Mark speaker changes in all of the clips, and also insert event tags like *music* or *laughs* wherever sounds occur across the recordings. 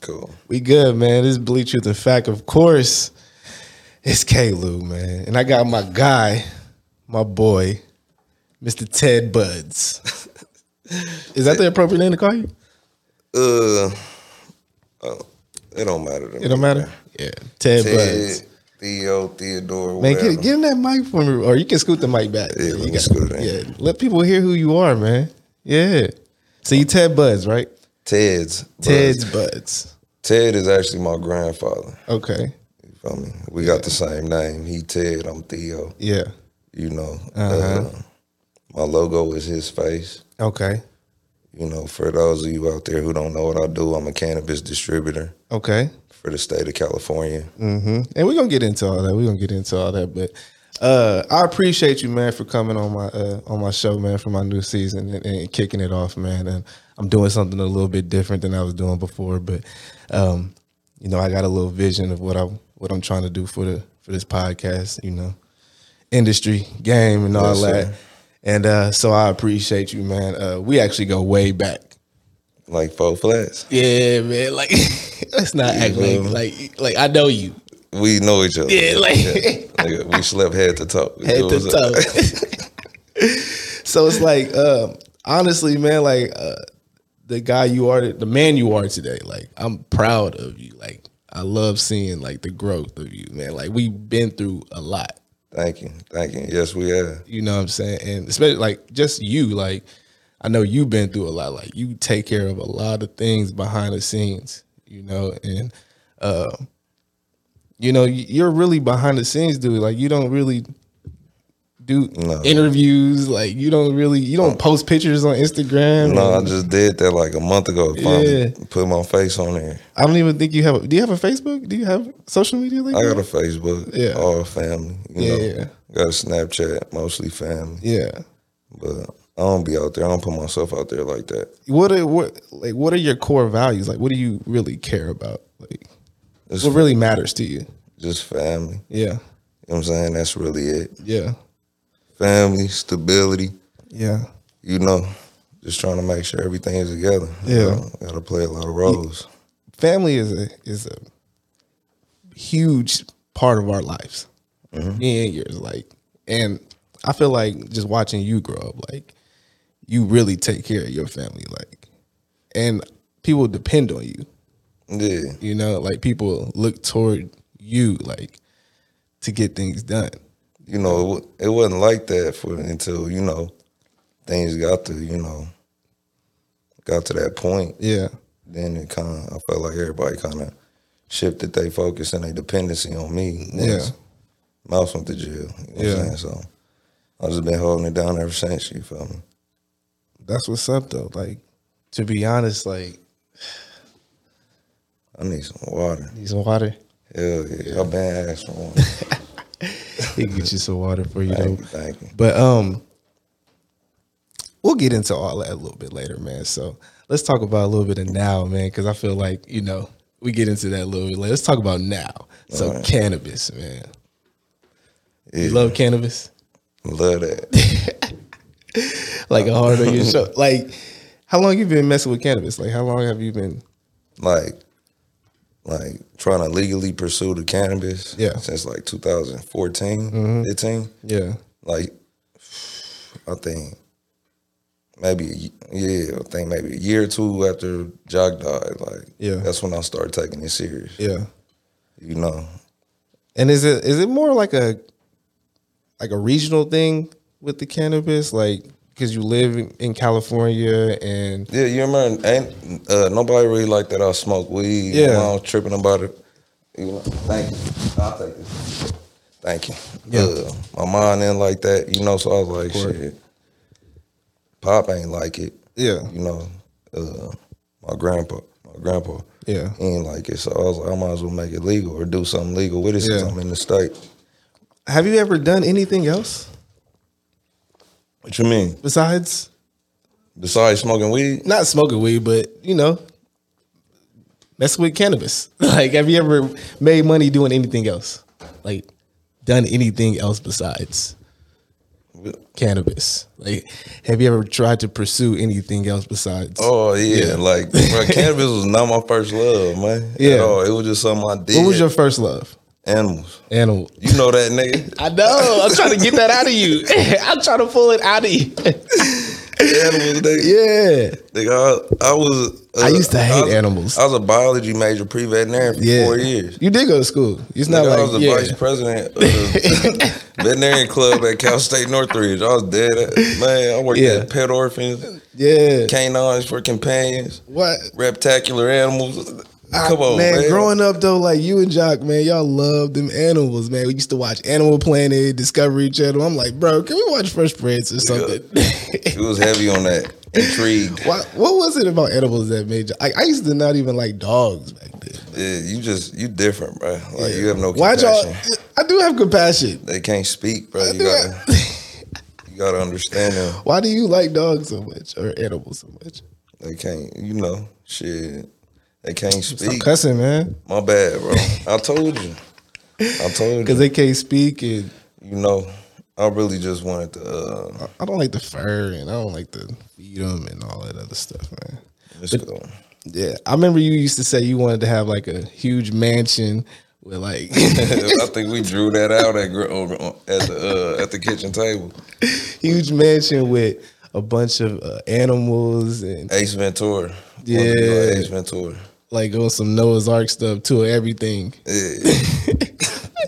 Speaker 1: Cool.
Speaker 2: We good, man. This is Bleach Truth and Fact. Of course, it's K Lou, man. And I got my guy, my boy, Mr. Ted Buds. is that the appropriate name to call you?
Speaker 1: Uh, oh, it don't matter. To
Speaker 2: It don't matter. Yeah. Ted, Buds.
Speaker 1: Ted, Theo, Theodore,
Speaker 2: Man,
Speaker 1: whatever.
Speaker 2: get, get in that mic for me, or you can scoot the mic back.
Speaker 1: Yeah,
Speaker 2: you
Speaker 1: let me scoot it in.
Speaker 2: Yeah, let people hear who you are, man. Yeah. So you Ted Buds, right?
Speaker 1: Ted's. Buds.
Speaker 2: Ted's Buds.
Speaker 1: Ted is actually my grandfather.
Speaker 2: Okay.
Speaker 1: You feel me? We got the same name. He Ted. I'm Theo.
Speaker 2: Yeah.
Speaker 1: You know.
Speaker 2: Uh-huh.
Speaker 1: Uh, my logo is his face.
Speaker 2: Okay.
Speaker 1: You know, for those of you out there who don't know what I do, I'm a cannabis distributor
Speaker 2: Okay.
Speaker 1: for the state of California.
Speaker 2: hmm And we're gonna get into all that. We're gonna get into all that. But uh I appreciate you, man, for coming on my uh on my show, man, for my new season and, and kicking it off, man. And I'm doing something a little bit different than I was doing before, but um, you know, I got a little vision of what I what I'm trying to do for the for this podcast, you know. Industry, game and all
Speaker 1: Yes,
Speaker 2: that.
Speaker 1: sir.
Speaker 2: And uh so I appreciate you, man. Uh we actually go way back.
Speaker 1: Like four flats.
Speaker 2: Yeah, man. Like *laughs* let's not act
Speaker 1: man.
Speaker 2: like like like I know you. *laughs*
Speaker 1: We know each other.
Speaker 2: Yeah, like-
Speaker 1: Like, we slept head to toe. You know
Speaker 2: *laughs* head to
Speaker 1: what I'm saying?
Speaker 2: toe. so it's like, um, honestly, man, like uh, the guy you are, the man you are today. Like I'm proud of you. Like I love seeing like the growth of you, man. Like we've been through a lot.
Speaker 1: *laughs* Thank you. Thank you. Yes, we have.
Speaker 2: You know what I'm saying? And especially like just you, like I know you've been through a lot. Like you take care of a lot of things behind the scenes, you know, and uh you know, you- you're really behind the scenes, dude. Like you don't really do
Speaker 1: No.
Speaker 2: interviews, like you don't really you don't post pictures on Instagram.
Speaker 1: No, I
Speaker 2: and
Speaker 1: just did that like a month ago. Finally
Speaker 2: Yeah.
Speaker 1: put my face on there.
Speaker 2: I don't even think you have a, do you have a Facebook? Do you have social media like
Speaker 1: I
Speaker 2: that?
Speaker 1: got a Facebook.
Speaker 2: Yeah.
Speaker 1: All family. You
Speaker 2: Yeah,
Speaker 1: know.
Speaker 2: yeah.
Speaker 1: Got a Snapchat, mostly family.
Speaker 2: yeah.
Speaker 1: But I don't be out there. I don't put myself out there like that.
Speaker 2: What are what like what are your core values? Like what do you really care about? Like
Speaker 1: It's
Speaker 2: what really matters to you?
Speaker 1: just family. You
Speaker 2: Yeah.
Speaker 1: know what I'm saying? That's really it.
Speaker 2: Yeah.
Speaker 1: Family, stability,
Speaker 2: Yeah.
Speaker 1: you know. Just trying to make sure everything's together. You
Speaker 2: Yeah.
Speaker 1: know, Gotta play a lot of roles.
Speaker 2: Family is a is a huge part of our lives. Me and yours, like, and I feel like just watching you grow up, like, you really take care of your family, like, and people depend on you.
Speaker 1: Yeah.
Speaker 2: You know, like people look toward you, like, to get things done.
Speaker 1: you know, it, wa- it wasn't like that for until you know things got to you know got to that point.
Speaker 2: Yeah.
Speaker 1: Then it kind of I felt like everybody kind of shifted their focus and their dependency on me.
Speaker 2: Yeah.
Speaker 1: once Mouse went to jail. You know
Speaker 2: Yeah.
Speaker 1: what I'm saying? So I just been holding it down ever since. You feel me?
Speaker 2: That's what's up, though. Like, to be honest, like,
Speaker 1: I need some water.
Speaker 2: need some water.
Speaker 1: Hell yeah, I've been asking for one.
Speaker 2: *laughs* He can get you some water for you, though.
Speaker 1: thank you, thank you.
Speaker 2: But um, we'll get into all that a little bit later, man. So let's talk about a little bit of now, man, because I feel like you know we get into that a little bit later. Let's talk about now. So
Speaker 1: Alright.
Speaker 2: cannabis, man.
Speaker 1: Yeah,
Speaker 2: You love cannabis,
Speaker 1: love
Speaker 2: *laughs*
Speaker 1: that.
Speaker 2: like a hard on your show. Like, how long you been messing with cannabis? Like, how long have you been?
Speaker 1: like, like trying to legally pursue the cannabis.
Speaker 2: Yeah. Mm-hmm.
Speaker 1: since like 2014, 15.
Speaker 2: Yeah,
Speaker 1: like I think maybe a ye- yeah, I think maybe a year or two after Jock died, like
Speaker 2: Yeah.
Speaker 1: that's when I started taking it serious.
Speaker 2: yeah.
Speaker 1: You know,
Speaker 2: And is it is it more like a like a regional thing with the cannabis, like? Because you live in- in California and
Speaker 1: yeah, you remember? Ain't uh, nobody really like that. I smoke weed.
Speaker 2: Yeah.
Speaker 1: you know, I was tripping about it. You know, thank you. I'll take this. Thank you.
Speaker 2: Yeah.
Speaker 1: Uh, my mind ain't like that. You know, so I was like,
Speaker 2: course.
Speaker 1: shit. Pop ain't like it.
Speaker 2: yeah,
Speaker 1: You know, uh, my grandpa, my grandpa.
Speaker 2: yeah.
Speaker 1: He ain't like it. So I was like, I might as well make it legal or do something legal with it since
Speaker 2: Yeah.
Speaker 1: I'm in the state.
Speaker 2: Have you ever done anything else
Speaker 1: What you mean?
Speaker 2: besides
Speaker 1: Besides smoking weed?
Speaker 2: not smoking weed, but you know, messing with cannabis? *laughs* Like, have you ever made money doing anything else? Like, done anything else besides? cannabis? Like, have you ever tried to pursue anything else besides?
Speaker 1: Oh yeah, like
Speaker 2: *laughs*
Speaker 1: bro, cannabis was not my first love, man.
Speaker 2: Yeah.
Speaker 1: at all. it was just something I did.
Speaker 2: what was your first love?
Speaker 1: animals?
Speaker 2: Animal.
Speaker 1: You know that nigga.
Speaker 2: I know. I'm trying to get that out of *laughs* you. I'm trying to pull it out of you.
Speaker 1: animals, nigga.
Speaker 2: *laughs* yeah.
Speaker 1: Nigga, I, I was. uh,
Speaker 2: I used to hate
Speaker 1: was-
Speaker 2: animals.
Speaker 1: I was a biology major, pre veterinarian for
Speaker 2: Yeah.
Speaker 1: four years.
Speaker 2: You did go to school. It's not
Speaker 1: Nigga,
Speaker 2: like
Speaker 1: I was the
Speaker 2: yeah.
Speaker 1: vice president of the
Speaker 2: *laughs*
Speaker 1: veterinarian club at Cal State Northridge. I was dead, at- man. I worked
Speaker 2: Yeah.
Speaker 1: at pet orphans,
Speaker 2: Yeah.
Speaker 1: canines for companions,
Speaker 2: What?
Speaker 1: reptacular animals. Come
Speaker 2: I-
Speaker 1: on,
Speaker 2: Ah, man,
Speaker 1: man.
Speaker 2: Growing up though, like you and Jock, man, y'all love them animals, man. We used to watch Animal Planet, Discovery Channel. I'm like, bro, can we watch Fresh Prince or something? *laughs*
Speaker 1: it was heavy on that. Intrigued.
Speaker 2: Why, what was it about animals that made you? I, I used to not even like dogs back then.
Speaker 1: Yeah, you just you different, bro. Like you have no
Speaker 2: Why
Speaker 1: compassion.
Speaker 2: y'all? *laughs* I do have compassion.
Speaker 1: They can't speak, bro.
Speaker 2: I
Speaker 1: You
Speaker 2: do
Speaker 1: gotta
Speaker 2: have-
Speaker 1: you gotta understand them.
Speaker 2: *laughs* Why do you like dogs so much or animals so much?
Speaker 1: They can't, you know, shit. They Mm-hmm. can't
Speaker 2: I'm
Speaker 1: speak.
Speaker 2: cussing, man,
Speaker 1: My bad, bro. I told you. I told you.
Speaker 2: because they can't speak and
Speaker 1: you know, I really just wanted to. Uh,
Speaker 2: I- I don't like the fur and I don't like to feed them and all that other stuff, man.
Speaker 1: just go. *laughs*
Speaker 2: Yeah, I remember you used to say you wanted to have like a huge mansion with like *laughs*
Speaker 1: I think we drew that out at gr- over on- at the uh, at the kitchen table.
Speaker 2: huge mansion with a bunch of uh, animals and
Speaker 1: Ace Ventura. Wanted to be like
Speaker 2: Yeah.
Speaker 1: Ace Ventura.
Speaker 2: like on some Noah's Ark stuff too. Everything
Speaker 1: Yeah.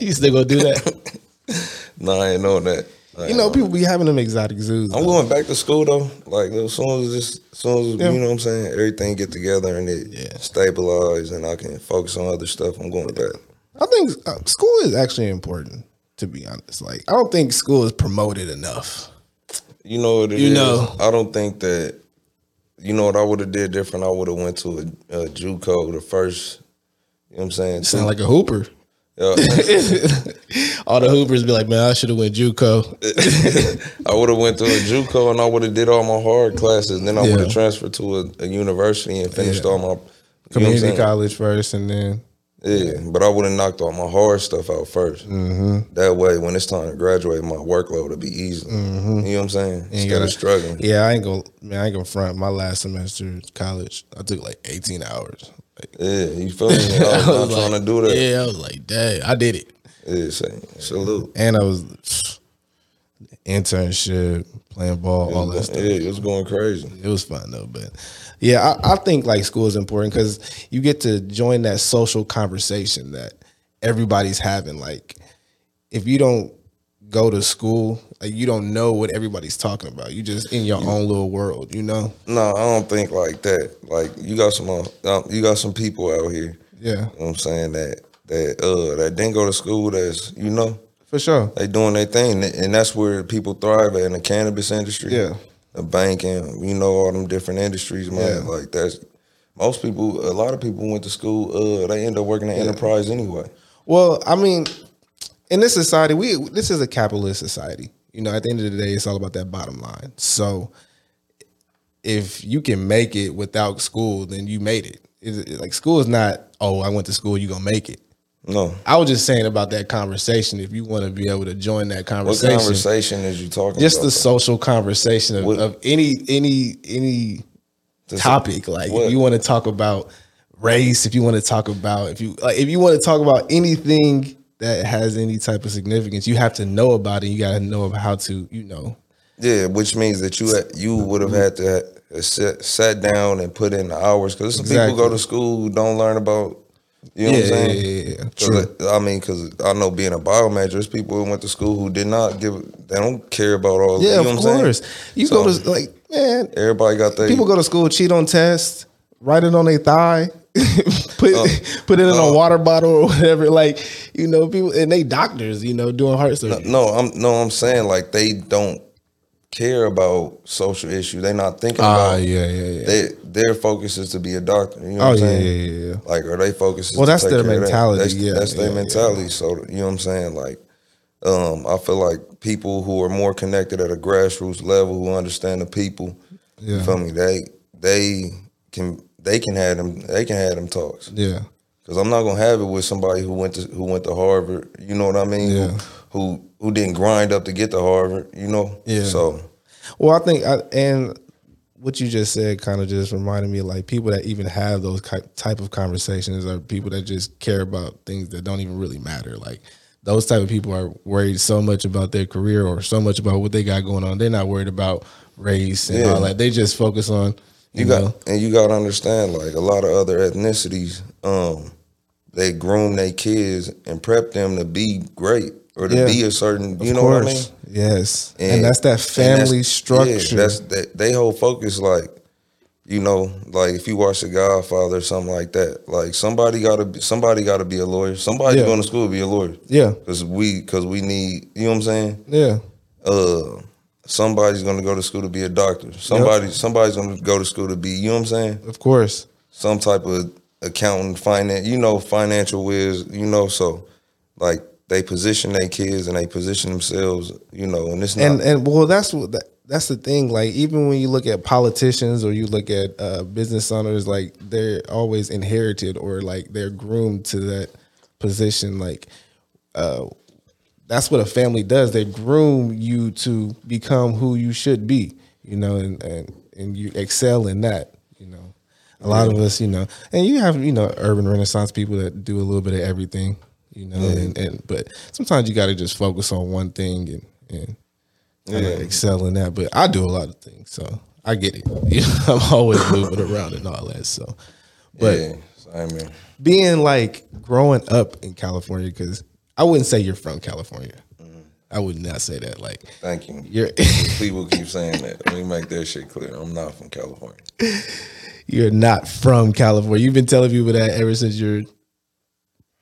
Speaker 2: you still gonna do that?
Speaker 1: No, I ain't know that. I
Speaker 2: You
Speaker 1: ain't
Speaker 2: know, people be having them exotic zoos.
Speaker 1: I'm
Speaker 2: though.
Speaker 1: going back to school though. Like as soon as this, as soon as
Speaker 2: Yeah.
Speaker 1: you know what I'm saying, everything get together and it
Speaker 2: Yeah.
Speaker 1: stabilize, and I can focus on other stuff. I'm going back.
Speaker 2: I think uh, school is actually important. To be honest, like I don't think school is promoted enough.
Speaker 1: You know what it is.
Speaker 2: You know.
Speaker 1: I don't think that. You know what I would have did different. I would have went to a, a JUCO the first. You know what I'm saying?
Speaker 2: Sound like a hooper.
Speaker 1: *laughs* Yeah.
Speaker 2: *laughs*
Speaker 1: *laughs*
Speaker 2: all the hoopers be like, man, I should have went JUCO.
Speaker 1: I would have went to a JUCO and I would have did all my hard classes. And then I would
Speaker 2: Yeah.
Speaker 1: have transferred to a, a university and finished
Speaker 2: Yeah.
Speaker 1: all my you know what I'm
Speaker 2: Community
Speaker 1: saying?
Speaker 2: college first, and then
Speaker 1: Yeah, but I would have knocked all my hard stuff out 1st Mm-hmm. That way, when it's time to graduate, my workload will be easy.
Speaker 2: Mm-hmm.
Speaker 1: You know what I'm saying? Instead
Speaker 2: gotta-
Speaker 1: of struggling.
Speaker 2: Yeah, I ain't gonna man, I ain't gonna front. My last semester of college, I took like 18 hours. Like,
Speaker 1: Yeah, you feel
Speaker 2: *laughs*
Speaker 1: me? I'm
Speaker 2: I
Speaker 1: not
Speaker 2: was like,
Speaker 1: trying to do that.
Speaker 2: Yeah, I was like, dang, I did it.
Speaker 1: Yeah, say, salute.
Speaker 2: And I was *sighs* internship, playing ball, all that
Speaker 1: Yeah,
Speaker 2: stuff.
Speaker 1: it was going crazy.
Speaker 2: It was fun though, but yeah, I, I think like school is important because you get to join that social conversation that everybody's having. Like, if you don't go to school, like you don't know what everybody's talking about. You just in your own little world, you know?
Speaker 1: No, I don't think like that. Like you got some, uh, you got some people out here.
Speaker 2: Yeah,
Speaker 1: You know what I'm saying that that uh that didn't go to school. That's you know
Speaker 2: for sure.
Speaker 1: they doing their thing, and that's where people thrive at in the cannabis industry.
Speaker 2: Yeah.
Speaker 1: the banking, you know, all them different industries, man.
Speaker 2: Yeah.
Speaker 1: Like that's most people. A lot of people went to school. Uh, they end up working in enterprise anyway.
Speaker 2: Well, I mean, in this society, we this is a capitalist society. You know, at the end of the day, it's all about that bottom line. So, if you can make it without school, then you made it. Is it- like school is not. Oh, I went to school. You gonna make it?
Speaker 1: No,
Speaker 2: I was just saying about that conversation. If you want to be able to join that
Speaker 1: what
Speaker 2: conversation,
Speaker 1: conversation is you talking?
Speaker 2: just the
Speaker 1: about?
Speaker 2: social conversation of,
Speaker 1: What-
Speaker 2: of any any any
Speaker 1: The
Speaker 2: topic. Like
Speaker 1: What?
Speaker 2: if you want to talk about race, if you want to talk about if you like if you want to talk about anything that has any type of significance, you have to know about it. You got to know about how to, you know.
Speaker 1: Yeah, which means that you had, you would have had to ha- uh, sit, sat down and put in the hours because some
Speaker 2: Exactly.
Speaker 1: people go to school who don't learn about. You know what I'm
Speaker 2: yeah,
Speaker 1: saying?
Speaker 2: yeah, yeah, yeah.
Speaker 1: Cause
Speaker 2: True.
Speaker 1: I I mean, because I know being a biomajor, there's people who went to school who did not give. They don't care about all.
Speaker 2: Yeah,
Speaker 1: you know
Speaker 2: of
Speaker 1: what I'm
Speaker 2: course.
Speaker 1: Saying?
Speaker 2: You go
Speaker 1: So-
Speaker 2: to like man,
Speaker 1: Everybody got their
Speaker 2: people go to school, cheat on tests, write it on their thigh. *laughs* put
Speaker 1: Oh.
Speaker 2: put it in a
Speaker 1: no.
Speaker 2: water bottle or whatever, like you know, people and they doctors, you know, doing heart surgery.
Speaker 1: No, I'm no, I'm saying like they don't care about social issues. They're not thinking about.
Speaker 2: yeah, Ah, yeah, yeah.
Speaker 1: They, their focus is to be a doctor. You know
Speaker 2: Oh
Speaker 1: what
Speaker 2: yeah,
Speaker 1: I'm
Speaker 2: yeah,
Speaker 1: saying?
Speaker 2: yeah, yeah.
Speaker 1: Like, are they focused?
Speaker 2: Well,
Speaker 1: to
Speaker 2: that's
Speaker 1: take
Speaker 2: their
Speaker 1: care of that?
Speaker 2: mentality,
Speaker 1: That's,
Speaker 2: yeah,
Speaker 1: that's
Speaker 2: yeah,
Speaker 1: their
Speaker 2: yeah.
Speaker 1: mentality. So you know what I'm saying? Like, um, I feel like people who are more connected at a grassroots level, who understand the people,
Speaker 2: Yeah.
Speaker 1: you feel me? They they can they can have them they can have them talks.
Speaker 2: Yeah.
Speaker 1: Cause I'm not gonna have it with somebody who went to who went to Harvard. You know what I mean?
Speaker 2: Yeah.
Speaker 1: Who who, who didn't grind up to get to Harvard, you know?
Speaker 2: Yeah.
Speaker 1: So
Speaker 2: Well, I think, I, and what you just said kind of just reminded me of like people that even have those ki- type of conversations are people that just care about things that don't even really matter. Like those type of people are worried so much about their career or so much about what they got going on. They're not worried about race and all
Speaker 1: Yeah.
Speaker 2: that. They just focus on you,
Speaker 1: you
Speaker 2: know.
Speaker 1: got and you got to understand like a lot of other ethnicities um they groom their kids and prep them to be great or to
Speaker 2: Yeah.
Speaker 1: be a certain you
Speaker 2: Of
Speaker 1: know what I mean?
Speaker 2: course, yes, and, that's that
Speaker 1: and that's-
Speaker 2: family
Speaker 1: yeah,
Speaker 2: structure.
Speaker 1: that's that, they whole focus like, you know, like if you watch The Godfather or something like that, like somebody gotta be- somebody gotta be a lawyer. Somebody
Speaker 2: Yeah.
Speaker 1: going to school to be a lawyer.
Speaker 2: yeah,
Speaker 1: Cause we cause we need you know what I'm saying?
Speaker 2: yeah,
Speaker 1: Uh somebody's gonna go to school to be a doctor. Somebody somebody's gonna go to school to be, you know what I'm saying?
Speaker 2: of course.
Speaker 1: Some type of accountant, finance you know, financial whiz, you know, so like they position their kids and they position themselves, you know, and it's not
Speaker 2: and and well that's what that, that's the thing like even when you look at politicians or you look at uh, business owners like they're always inherited or like they're groomed to that position like uh that's what a family does they groom you to become who you should be you know and and, and you excel in that you know a lot of us you know and you have you know urban renaissance people that do a little bit of everything you know and, and but sometimes you got to just focus on one thing and and yeah. excel in that. But I do a lot of things, so I get it. *laughs* You know, I'm always moving around and all that. So, but
Speaker 1: yeah, I mean
Speaker 2: being like growing up in California, because I wouldn't say you're from California.
Speaker 1: Mm-hmm.
Speaker 2: I would not say that. Like
Speaker 1: Thank you.
Speaker 2: you're *laughs*
Speaker 1: People keep saying that. Let me make that shit clear. I'm not from California.
Speaker 2: you're not from California. You've been telling people that ever since you're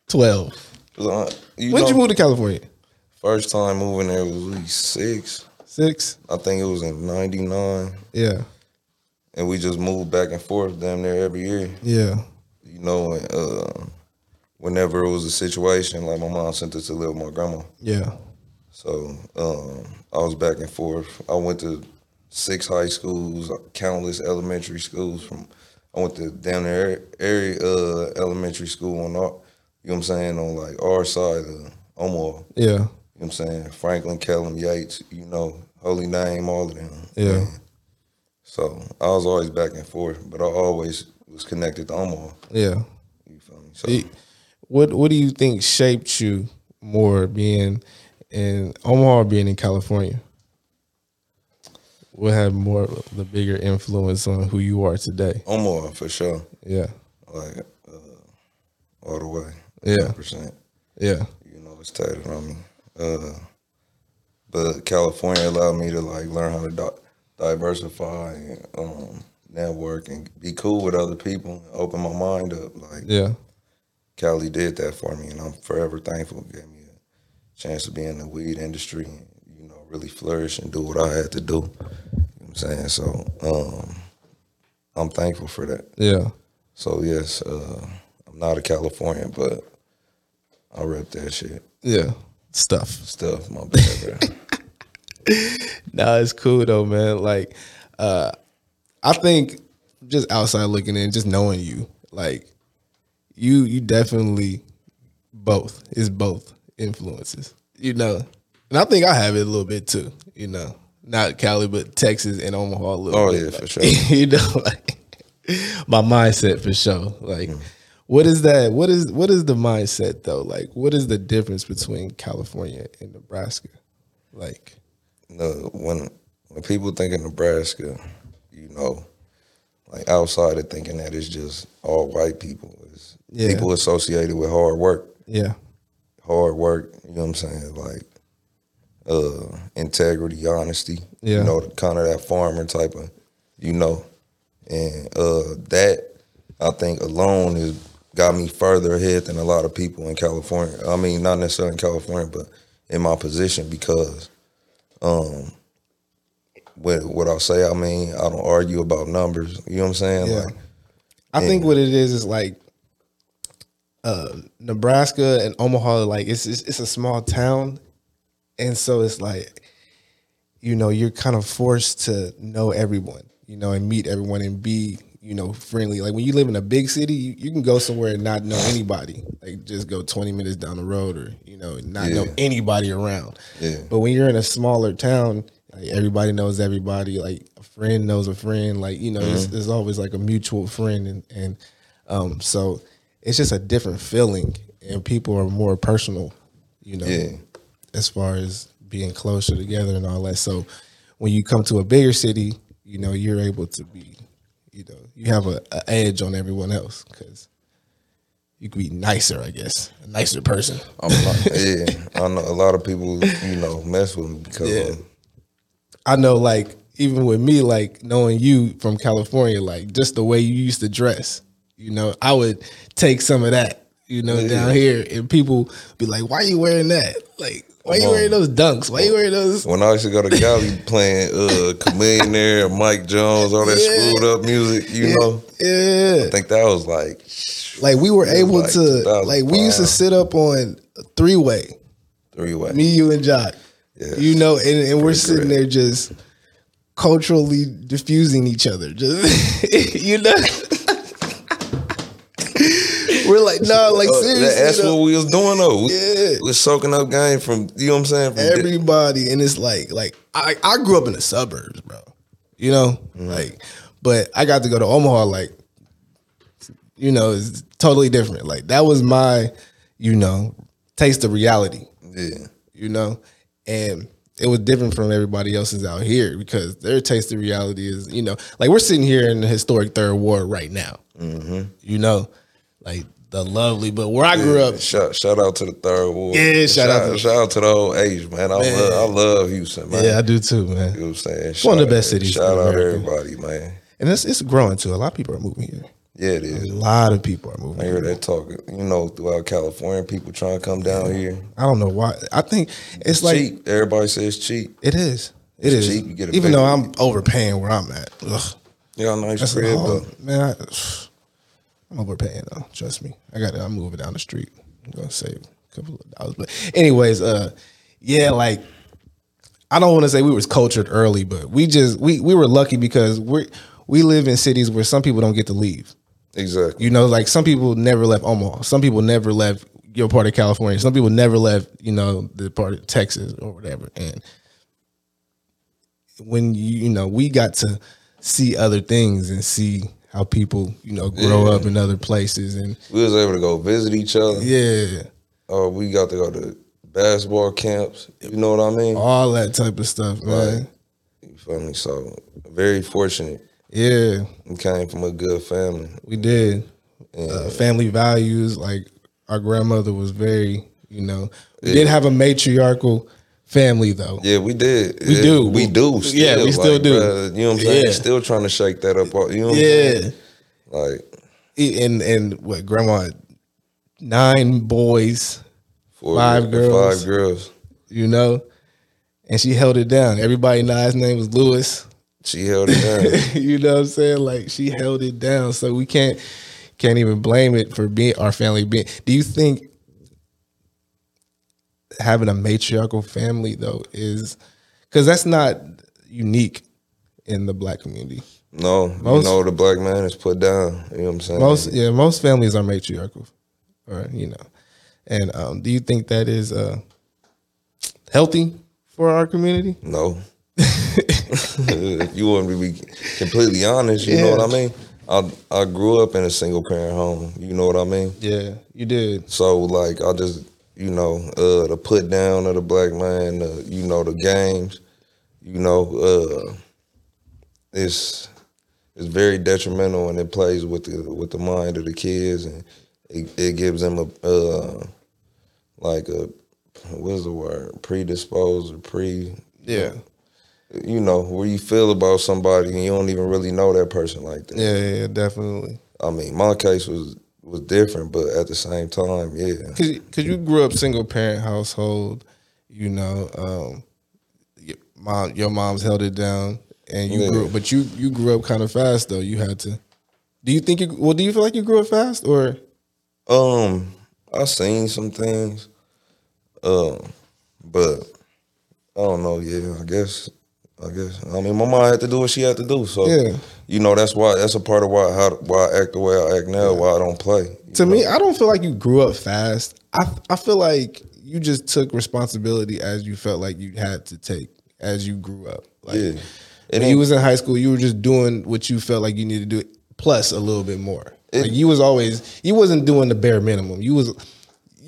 Speaker 2: 12.
Speaker 1: 'Cause I- you
Speaker 2: When
Speaker 1: know,
Speaker 2: did you move to California?
Speaker 1: First time moving there was we six.
Speaker 2: Six.
Speaker 1: I think it was in '99,
Speaker 2: Yeah.
Speaker 1: and we just moved back and forth damn near every year.
Speaker 2: Yeah.
Speaker 1: You know, and, uh, whenever it was a situation, like my mom sent us to live with my grandma,
Speaker 2: Yeah.
Speaker 1: so um, I was back and forth. I went to six high schools, countless elementary schools. From I went to down there every uh, elementary school on our, you know what I'm saying, on like our side of Omaha.
Speaker 2: Yeah.
Speaker 1: You know what I'm saying? Franklin, Kellum, Yates, you know, Holy Name, all of them.
Speaker 2: Yeah.
Speaker 1: So I was always back and forth, but I always was connected to Omaha.
Speaker 2: Yeah.
Speaker 1: You feel me? So
Speaker 2: Y- what what do you think shaped you more being in Omaha or being in California? What had more of the bigger influence on who you are today?
Speaker 1: Omaha for sure.
Speaker 2: Yeah.
Speaker 1: Like uh, all the way.
Speaker 2: Yeah.
Speaker 1: Percent.
Speaker 2: Yeah.
Speaker 1: You know, it's tatted on me. Uh but California allowed me to like learn how to di- diversify and um, network and be cool with other people and open my mind up. Like
Speaker 2: Yeah.
Speaker 1: Cali did that for me, and I'm forever thankful. Gave me a chance to be in the weed industry and you know really flourish and do what I had to do. You know what I'm saying so. Um, I'm thankful for that.
Speaker 2: Yeah.
Speaker 1: So yes, uh, I'm not a Californian, but I rep that shit
Speaker 2: Yeah. Stuff.
Speaker 1: stuff. My bad, bro.
Speaker 2: Nah, it's cool though, man. Like, uh, I think just outside looking in, just knowing you, like, you you definitely both is both influences, you know. And I think I have it a little bit too, you know. Not Cali, but Texas and Omaha a little
Speaker 1: Oh,
Speaker 2: bit.
Speaker 1: yeah,
Speaker 2: *laughs*
Speaker 1: for sure.
Speaker 2: you know, like my mindset for sure. Like,
Speaker 1: Mm.
Speaker 2: what is that? What is what is the mindset though? Like, what is the difference between California and Nebraska? Like,
Speaker 1: no, when when people think of Nebraska, you know, like outside of thinking that it's just all white people, it's
Speaker 2: Yeah.
Speaker 1: people associated with hard work.
Speaker 2: yeah.
Speaker 1: hard work, you know what I'm saying? Like uh integrity, honesty.
Speaker 2: Yeah.
Speaker 1: You know, kind of that farmer type of, you know. And uh that I think alone has got me further ahead than a lot of people in California. I mean, not necessarily in California, but in my position because um what what I'll say, I mean, I don't argue about numbers, you know what I'm saying?
Speaker 2: Yeah.
Speaker 1: Like
Speaker 2: I think
Speaker 1: And-
Speaker 2: what it is is like uh, Nebraska and Omaha, like it's, it's it's a small town, and so it's like you know you're kind of forced to know everyone, you know, and meet everyone and be you know friendly. Like when you live in a big city, you, you can go somewhere and not know anybody. Like just go twenty minutes down the road, or you know, not know
Speaker 1: Yeah.
Speaker 2: anybody around.
Speaker 1: Yeah.
Speaker 2: But when you're in a smaller town, like everybody knows everybody. Like a friend knows a friend. Like you know, it's,
Speaker 1: Mm-hmm.
Speaker 2: it's always like a mutual friend, and and um, so it's just a different feeling, and people are more personal. You know,
Speaker 1: Yeah.
Speaker 2: as far as being closer together and all that. So when you come to a bigger city, you know, you're able to be, you know, you have a, a edge on everyone else because you could be nicer, I guess, a nicer person.
Speaker 1: I'm like, yeah, I know a lot of people, you know, mess with me because
Speaker 2: Yeah. I know, like, even with me, like, knowing you from California, like, just the way you used to dress, you know, I would take some of that, you know, down here, and people be like, why you wearing that? Like, why you
Speaker 1: Come on.
Speaker 2: wearing those dunks? Why you wearing those?
Speaker 1: when I used to go to
Speaker 2: *laughs*
Speaker 1: Cali playing uh, Chameleon Air, Mike Jones, all that
Speaker 2: Yeah.
Speaker 1: screwed up music, you know,
Speaker 2: Yeah.
Speaker 1: I think that was like,
Speaker 2: Like we were able
Speaker 1: like
Speaker 2: to like we used
Speaker 1: 2005.
Speaker 2: to sit up on three way,
Speaker 1: three way.
Speaker 2: me, you, and Jock.
Speaker 1: Yeah.
Speaker 2: You know, and, and we're sitting
Speaker 1: great.
Speaker 2: there just culturally diffusing each other. Just *laughs* you know. we're like, no, like
Speaker 1: Uh,
Speaker 2: seriously.
Speaker 1: that- that's
Speaker 2: though,
Speaker 1: what we was doing though. We,
Speaker 2: Yeah.
Speaker 1: we was soaking up game from you know what I'm saying. From di-
Speaker 2: everybody and it's like like I, I grew up in the suburbs, bro. You know?
Speaker 1: Mm-hmm.
Speaker 2: Like but I got to go to Omaha like you know, it's totally different. Like that was my, you know, taste of reality
Speaker 1: yeah,
Speaker 2: you know, and it was different from everybody else's out here because their taste of reality is, you know, like we're sitting here in the historic Third Ward right now,
Speaker 1: Mm-hmm.
Speaker 2: you know, like the lovely, but where I grew up,
Speaker 1: shout shout out to the third war.
Speaker 2: Yeah, shout out to-
Speaker 1: shout out to the whole age, man. I
Speaker 2: Man.
Speaker 1: love I love Houston, man.
Speaker 2: yeah, I do too,
Speaker 1: you
Speaker 2: man,
Speaker 1: know what I'm saying.
Speaker 2: One of
Speaker 1: Shout-
Speaker 2: the best cities
Speaker 1: Shout
Speaker 2: in
Speaker 1: out
Speaker 2: America.
Speaker 1: everybody, man.
Speaker 2: and it's it's growing too. A lot of people are moving here.
Speaker 1: Yeah, it
Speaker 2: A
Speaker 1: is.
Speaker 2: lot of people are
Speaker 1: I
Speaker 2: moving.
Speaker 1: hear
Speaker 2: Here.
Speaker 1: that talk, you know, throughout California, people trying to come down here.
Speaker 2: I don't know why. I think it's like
Speaker 1: cheap. Everybody says cheap.
Speaker 2: it is. It is.
Speaker 1: cheap, you get a
Speaker 2: Even
Speaker 1: big-
Speaker 2: though I'm overpaying where I'm at. Ugh.
Speaker 1: Yeah, nice
Speaker 2: That's
Speaker 1: crib
Speaker 2: a whole,
Speaker 1: though.
Speaker 2: man. I, *sighs* am overpaying though. Trust me. I got. I'm moving down the street. I'm gonna save a couple of dollars. But anyways, uh, yeah, like I don't want to say we was cultured early, but we just we we were lucky because we we live in cities where some people don't get to leave.
Speaker 1: Exactly.
Speaker 2: You know, like some people never left Omaha. Some people never left your part of California. Some people never left, you know, the part of Texas or whatever. And when you, you know, we got to see other things and see how people, you know, grow up in other places and
Speaker 1: We was able to go visit each other.
Speaker 2: yeah,
Speaker 1: Uh, we got to go to basketball camps. You know what I mean?
Speaker 2: all that type of stuff, man.
Speaker 1: Right. You feel me? So very fortunate.
Speaker 2: Yeah,
Speaker 1: We came from a good family.
Speaker 2: we did. Uh, family values, like our grandmother was very, you know, we did have a matriarchal family though.
Speaker 1: Yeah, we did.
Speaker 2: We
Speaker 1: Yeah,
Speaker 2: do.
Speaker 1: We do.
Speaker 2: Yeah, we still do.
Speaker 1: bruh, you know what I'm saying?
Speaker 2: Yeah.
Speaker 1: Still trying to shake that up. all- You know what
Speaker 2: Yeah.
Speaker 1: I'm saying? Like
Speaker 2: E- and and what grandma had nine boys
Speaker 1: four,
Speaker 2: Five girls.
Speaker 1: Five girls.
Speaker 2: you know and she held it down everybody knew his name was lewis *laughs*
Speaker 1: She held it down.
Speaker 2: you know what i'm saying like she held it down so we can't can't even blame it for being our family being do you think having a matriarchal family though is because that's not unique in the black community
Speaker 1: no,
Speaker 2: Most-
Speaker 1: you know the black man is put down. You know what I'm saying?
Speaker 2: most yeah most families are matriarchal or you know and um do you think that is uh healthy for our community
Speaker 1: No. *laughs* if you want me to be completely honest, you know
Speaker 2: Yeah.
Speaker 1: what I mean? I I grew up in a single parent home. You know what I mean?
Speaker 2: yeah you did
Speaker 1: So like I just you know uh the put down of the black man, the, you know the games, you know uh it's it's very detrimental and it plays with the with the mind of the kids and it, it gives them a uh like a what's the word predisposed or pre
Speaker 2: yeah
Speaker 1: you know where you feel about somebody and you don't even really know that person like that.
Speaker 2: yeah yeah, yeah definitely
Speaker 1: I mean my case was was different, but at the same time, yeah.
Speaker 2: because you grew up single parent household you know um your mom your mom's held it down and you
Speaker 1: Yeah.
Speaker 2: grew but you you grew up kind of fast though you had to do you think you well do you feel like you grew up fast or
Speaker 1: Um, I seen some things. Um, but I don't know. Yeah, I guess I guess. I mean, my mom had to do what she had to do. So,
Speaker 2: Yeah.
Speaker 1: you know, that's why that's a part of why how, why I act the way I act now. Why I don't play. you
Speaker 2: To me,
Speaker 1: know?
Speaker 2: I don't feel like you grew up fast. I I feel like you just took responsibility as you felt like you had to take as you grew up. Like
Speaker 1: yeah. It
Speaker 2: when you
Speaker 1: ain't,
Speaker 2: was in high school, you were just doing what you felt like you needed to do, plus a little bit more. like you was always you wasn't doing the bare minimum. You was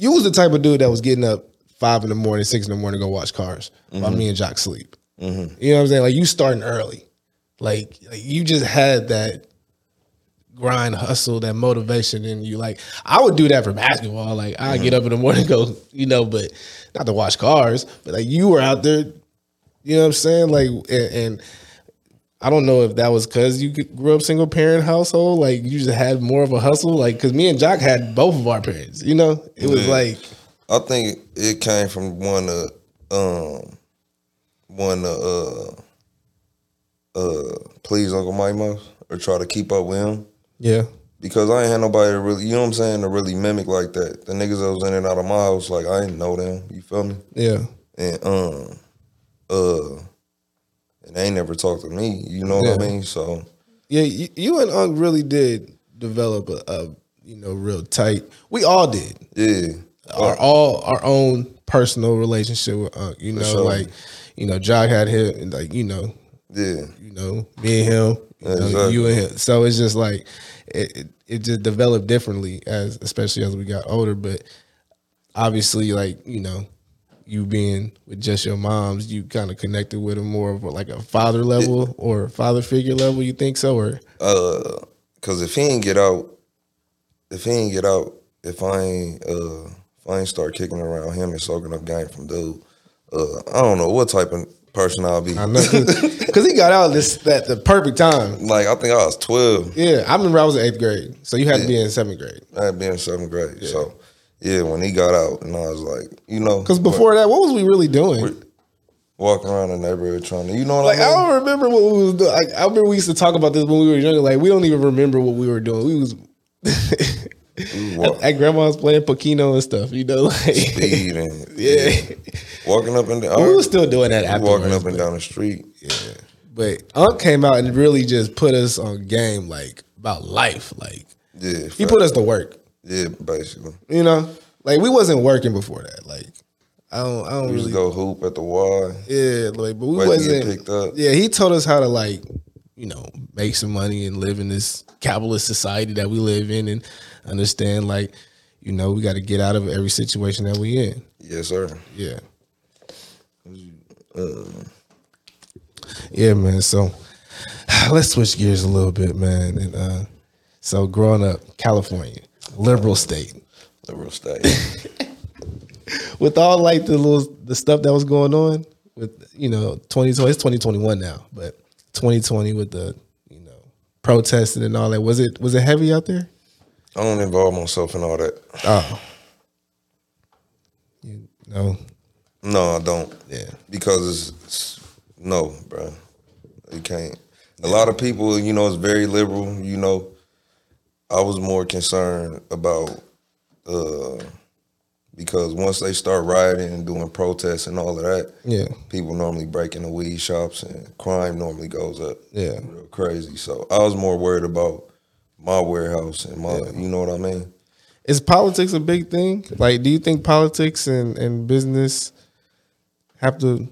Speaker 2: you was the type of dude that was getting up five in the morning, six in the morning to go watch cars while me and Jock sleep. You know what I'm saying? Like you starting early. Like, like you just had that grind hustle, that motivation in you. Like I would do that for basketball. Like I get up in the morning, *laughs* go, you know, but not to watch cars, but like you were out there, you know what I'm saying? Like and, and I don't know if that was because you grew up single parent household, like you just had more of a hustle, like because me and Jock had both of our parents, you know, it was
Speaker 1: Yeah.
Speaker 2: like
Speaker 1: I think it came from one of um one of uh uh please Uncle Mike Mouse or try to keep up with him.
Speaker 2: yeah,
Speaker 1: because I ain't had nobody to really, you know what I'm saying, to really mimic like that. The niggas that was in and out of my house, like I didn't know them. You feel me?
Speaker 2: yeah,
Speaker 1: And um, uh, and they ain't never talked to me. You know what I
Speaker 2: Yeah.
Speaker 1: mean? So
Speaker 2: yeah. You, you and Unc really did develop a, a you know real tight. We all did.
Speaker 1: yeah,
Speaker 2: our all our own personal relationship with Unc. You know,
Speaker 1: sure.
Speaker 2: like you know, Jock had him, and like you know,
Speaker 1: yeah,
Speaker 2: you know, me and him, you, know,
Speaker 1: Exactly.
Speaker 2: you and him. So it's just like it, it, it just developed differently as especially as we got older. But obviously, like you know, you being with just your moms, you kind of connected with them more of like a father level or father figure level. You think so, or
Speaker 1: uh, cause if he ain't get out, if he ain't get out, if I ain't uh, if I ain't start kicking around him and soaking up game from dude, uh, I don't know what type of person I'll be.
Speaker 2: I know *laughs* because he got out this that the perfect time.
Speaker 1: Like I think I was twelve.
Speaker 2: Yeah, I remember I was in eighth grade, so you had to be in seventh grade.
Speaker 1: I had been in seventh grade. So yeah, when he got out and I was like, you know,
Speaker 2: Because before that, what was we really doing?
Speaker 1: walking around the neighborhood trying to, you know what
Speaker 2: Like I
Speaker 1: I mean?
Speaker 2: don't remember what we was doing. Like I remember we used to talk about this when we were younger. Like we don't even remember what we were doing. We was *laughs*
Speaker 1: We walk,
Speaker 2: at grandma's playing Pokino and stuff. You know, *laughs* like
Speaker 1: speed and
Speaker 2: yeah,
Speaker 1: walking up and down.
Speaker 2: we was still doing that afterwards.
Speaker 1: walking up and down the street.
Speaker 2: But Unc came out and really just put us on game, like about life. Like
Speaker 1: Yeah,
Speaker 2: he
Speaker 1: fact.
Speaker 2: put us to work.
Speaker 1: yeah, basically.
Speaker 2: You know, like we wasn't working before that. Like I don't, I don't
Speaker 1: We used
Speaker 2: really
Speaker 1: to go hoop at the Y.
Speaker 2: Yeah, like but we
Speaker 1: Wait to get
Speaker 2: wasn't
Speaker 1: picked up.
Speaker 2: Yeah, he told us how to like, you know, make some money and live in this capitalist society that we live in and understand like, you know, we gotta get out of every situation that we in.
Speaker 1: Yes, sir.
Speaker 2: Yeah. Yeah, man. So *sighs* let's switch gears a little bit, man. And uh so growing up, California, liberal state.
Speaker 1: Liberal state.
Speaker 2: with all like the little the stuff that was going on with you know 2020 it's 2021 now but 2020 with the you know protesting and all that was it was it heavy out there
Speaker 1: I don't involve myself in all that.
Speaker 2: oh you know
Speaker 1: No, I don't.
Speaker 2: yeah
Speaker 1: because it's, it's no, bro. You can't. A lot of people, you know, it's very liberal. You know, I was more concerned about uh because once they start rioting and doing protests and all of that,
Speaker 2: yeah
Speaker 1: people normally break into weed shops and crime normally goes up
Speaker 2: yeah
Speaker 1: real crazy. So I was more worried about my warehouse and my, you know what I mean.
Speaker 2: is politics a big thing like do you think politics and and business have to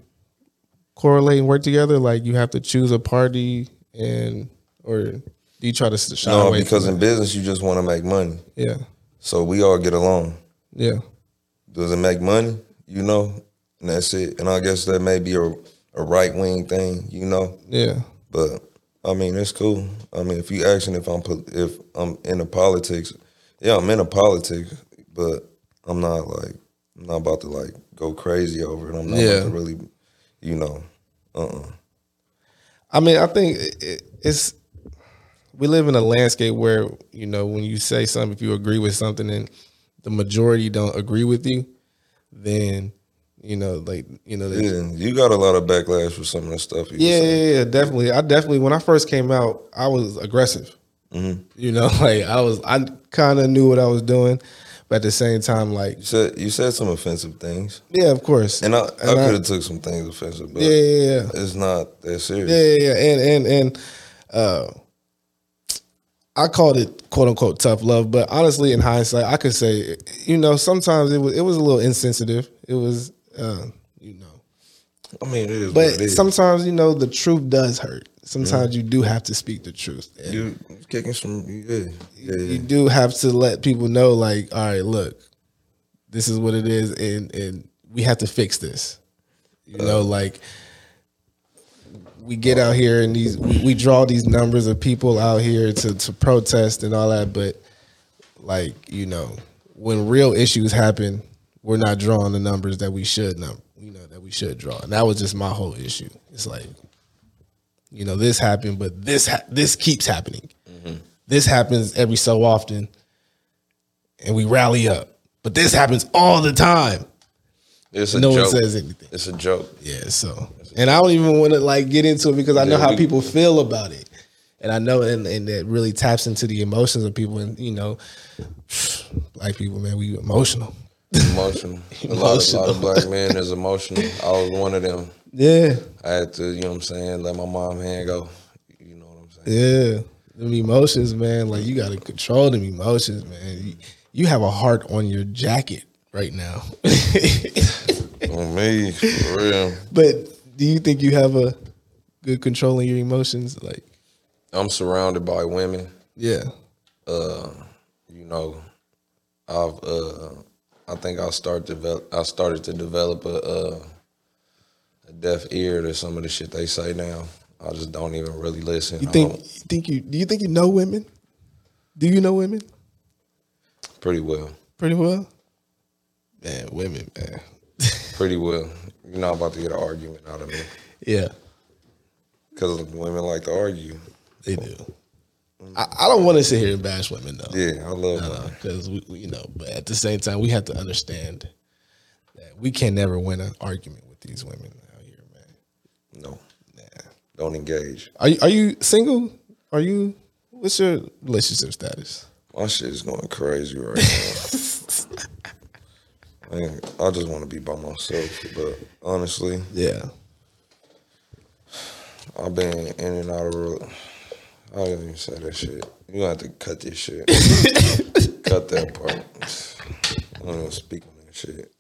Speaker 2: correlate and work together like you have to choose a party and or do you try to shy
Speaker 1: No,
Speaker 2: away
Speaker 1: because
Speaker 2: from
Speaker 1: in business you just want to make money.
Speaker 2: that? yeah
Speaker 1: So we all get along.
Speaker 2: yeah
Speaker 1: does it make money? You know, and that's it. And I guess that may be a, a right wing thing, you know.
Speaker 2: yeah
Speaker 1: But I mean, it's cool. I mean, if you asking if I'm po- if I'm into politics, yeah, I'm into politics, but I'm not like I'm not about to like go crazy over it. I'm not
Speaker 2: Yeah.
Speaker 1: about to really, you know, uh, uh
Speaker 2: I mean, I think it- it, it's we live in a landscape where you know when you say something, if you agree with something, and the majority don't agree with you, then you know, like you know, they, yeah,
Speaker 1: Yeah, you got a lot of backlash for some of the stuff. You
Speaker 2: yeah,
Speaker 1: say.
Speaker 2: yeah, definitely. I definitely when I first came out,
Speaker 1: Mm-hmm.
Speaker 2: *laughs* I was aggressive. You know, like I was, I kind of knew what I was doing, But at the same time, like
Speaker 1: You said you said some offensive things,
Speaker 2: yeah, of course.
Speaker 1: and I, I
Speaker 2: And I-
Speaker 1: could have took some things offensive, but
Speaker 2: yeah, yeah, yeah.
Speaker 1: it's not that serious.
Speaker 2: Yeah, yeah, yeah. And and and uh I called it quote unquote tough love, but honestly in hindsight, I could say, you know, sometimes it was it was a little insensitive. It was uh, you know.
Speaker 1: I mean, it is what
Speaker 2: But
Speaker 1: it is.
Speaker 2: sometimes, you know, the truth does hurt. Sometimes you do have to speak the truth. And
Speaker 1: you kicking some, yeah, yeah,
Speaker 2: You
Speaker 1: yeah.
Speaker 2: do have to let people know, like, all right, look, this is what it is, and and we have to fix this. You know, like we get out here and these we, we draw these numbers of people out here to to protest and all that, but like you know, when real issues happen, we're not drawing the numbers that we should num you know that we should draw, and that was just my whole issue. It's like you know this happened, but this ha- this keeps happening. This happens every so often, and we rally up. But this happens all the time.
Speaker 1: It's a
Speaker 2: no
Speaker 1: joke.
Speaker 2: one says anything.
Speaker 1: it's a joke.
Speaker 2: Yeah, so and I don't even want to like get into it because I know
Speaker 1: Yeah,
Speaker 2: how
Speaker 1: we-
Speaker 2: people feel about it, and I know and and it really taps into the emotions of people, and you know, black people, man, we emotional.
Speaker 1: Emotional. A, lot, a lot
Speaker 2: Emotional.
Speaker 1: of black men is emotional. I was one of them.
Speaker 2: Yeah,
Speaker 1: I had to, you know what I'm saying, let my mom hand go. You know what I'm saying?
Speaker 2: yeah, them emotions, man. Like you got to control them emotions, man. You, you have a heart on your jacket right now, *laughs*
Speaker 1: On me, for real.
Speaker 2: but do you think you have a good control in your emotions? Like,
Speaker 1: I'm surrounded by women.
Speaker 2: yeah,
Speaker 1: Uh, you know, I've uh I think I start develop I started to develop a uh a deaf ear to some of the shit they say now. I just don't even really listen.
Speaker 2: you think
Speaker 1: I don't-
Speaker 2: you think you do you think you know women? Do you know women?
Speaker 1: pretty well.
Speaker 2: pretty well. Man, women, man.
Speaker 1: Pretty well. You're not about to get an argument out of me.
Speaker 2: yeah,
Speaker 1: Because women like to argue.
Speaker 2: they do. I, I don't want to sit here and bash women though,
Speaker 1: Yeah, I love women.
Speaker 2: because we, we- you know. But at the same time, we have to understand that we can never win an argument with these women out here, man.
Speaker 1: No. Don't engage.
Speaker 2: Are you are you single? Are you? What's your relationship status?
Speaker 1: My shit is going crazy right now. Man, I just want to be by myself. But honestly,
Speaker 2: Yeah,
Speaker 1: I've been in and out of. rel- I didn't even say that shit. You gonna have to cut this
Speaker 2: *laughs*
Speaker 1: shit. cut that part. I don't even speak on that shit.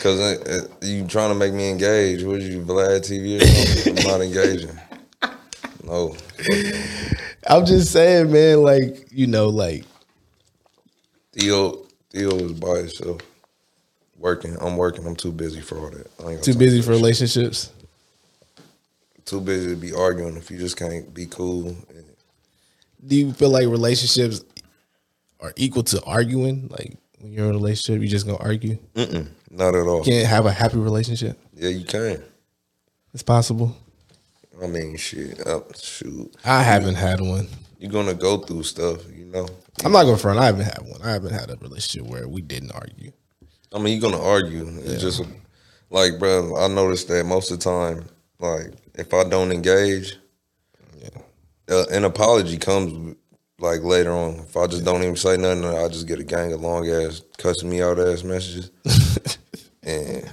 Speaker 1: Cause it, it, you trying to make me engage? What you Vlad TV or something? I'm not engaging. No.
Speaker 2: I'm just saying, man. Like you know, like
Speaker 1: Theo Theo is by himself. Working. I'm working. I'm too busy for all that. I ain't got
Speaker 2: too
Speaker 1: time
Speaker 2: busy
Speaker 1: that
Speaker 2: for
Speaker 1: shit.
Speaker 2: relationships.
Speaker 1: too busy to be arguing if you just can't be cool.
Speaker 2: do you feel like relationships are equal to arguing? Like when you're in a relationship, you just gonna argue?
Speaker 1: Mm-mm, not at all.
Speaker 2: Can't have a happy relationship.
Speaker 1: Yeah, you can.
Speaker 2: It's possible.
Speaker 1: I mean, shit. Uh, shoot,
Speaker 2: I haven't had one.
Speaker 1: you're gonna go through stuff, you know.
Speaker 2: I'm not gonna front. I haven't had one. I haven't had a relationship where we didn't argue.
Speaker 1: I mean, you're gonna argue. It's just like, bro. I noticed that most of the time, like, if I don't engage,
Speaker 2: Yeah.
Speaker 1: uh, an apology comes like later on. If I just don't even say nothing, I just get a gang of long ass cussing me out ass messages, and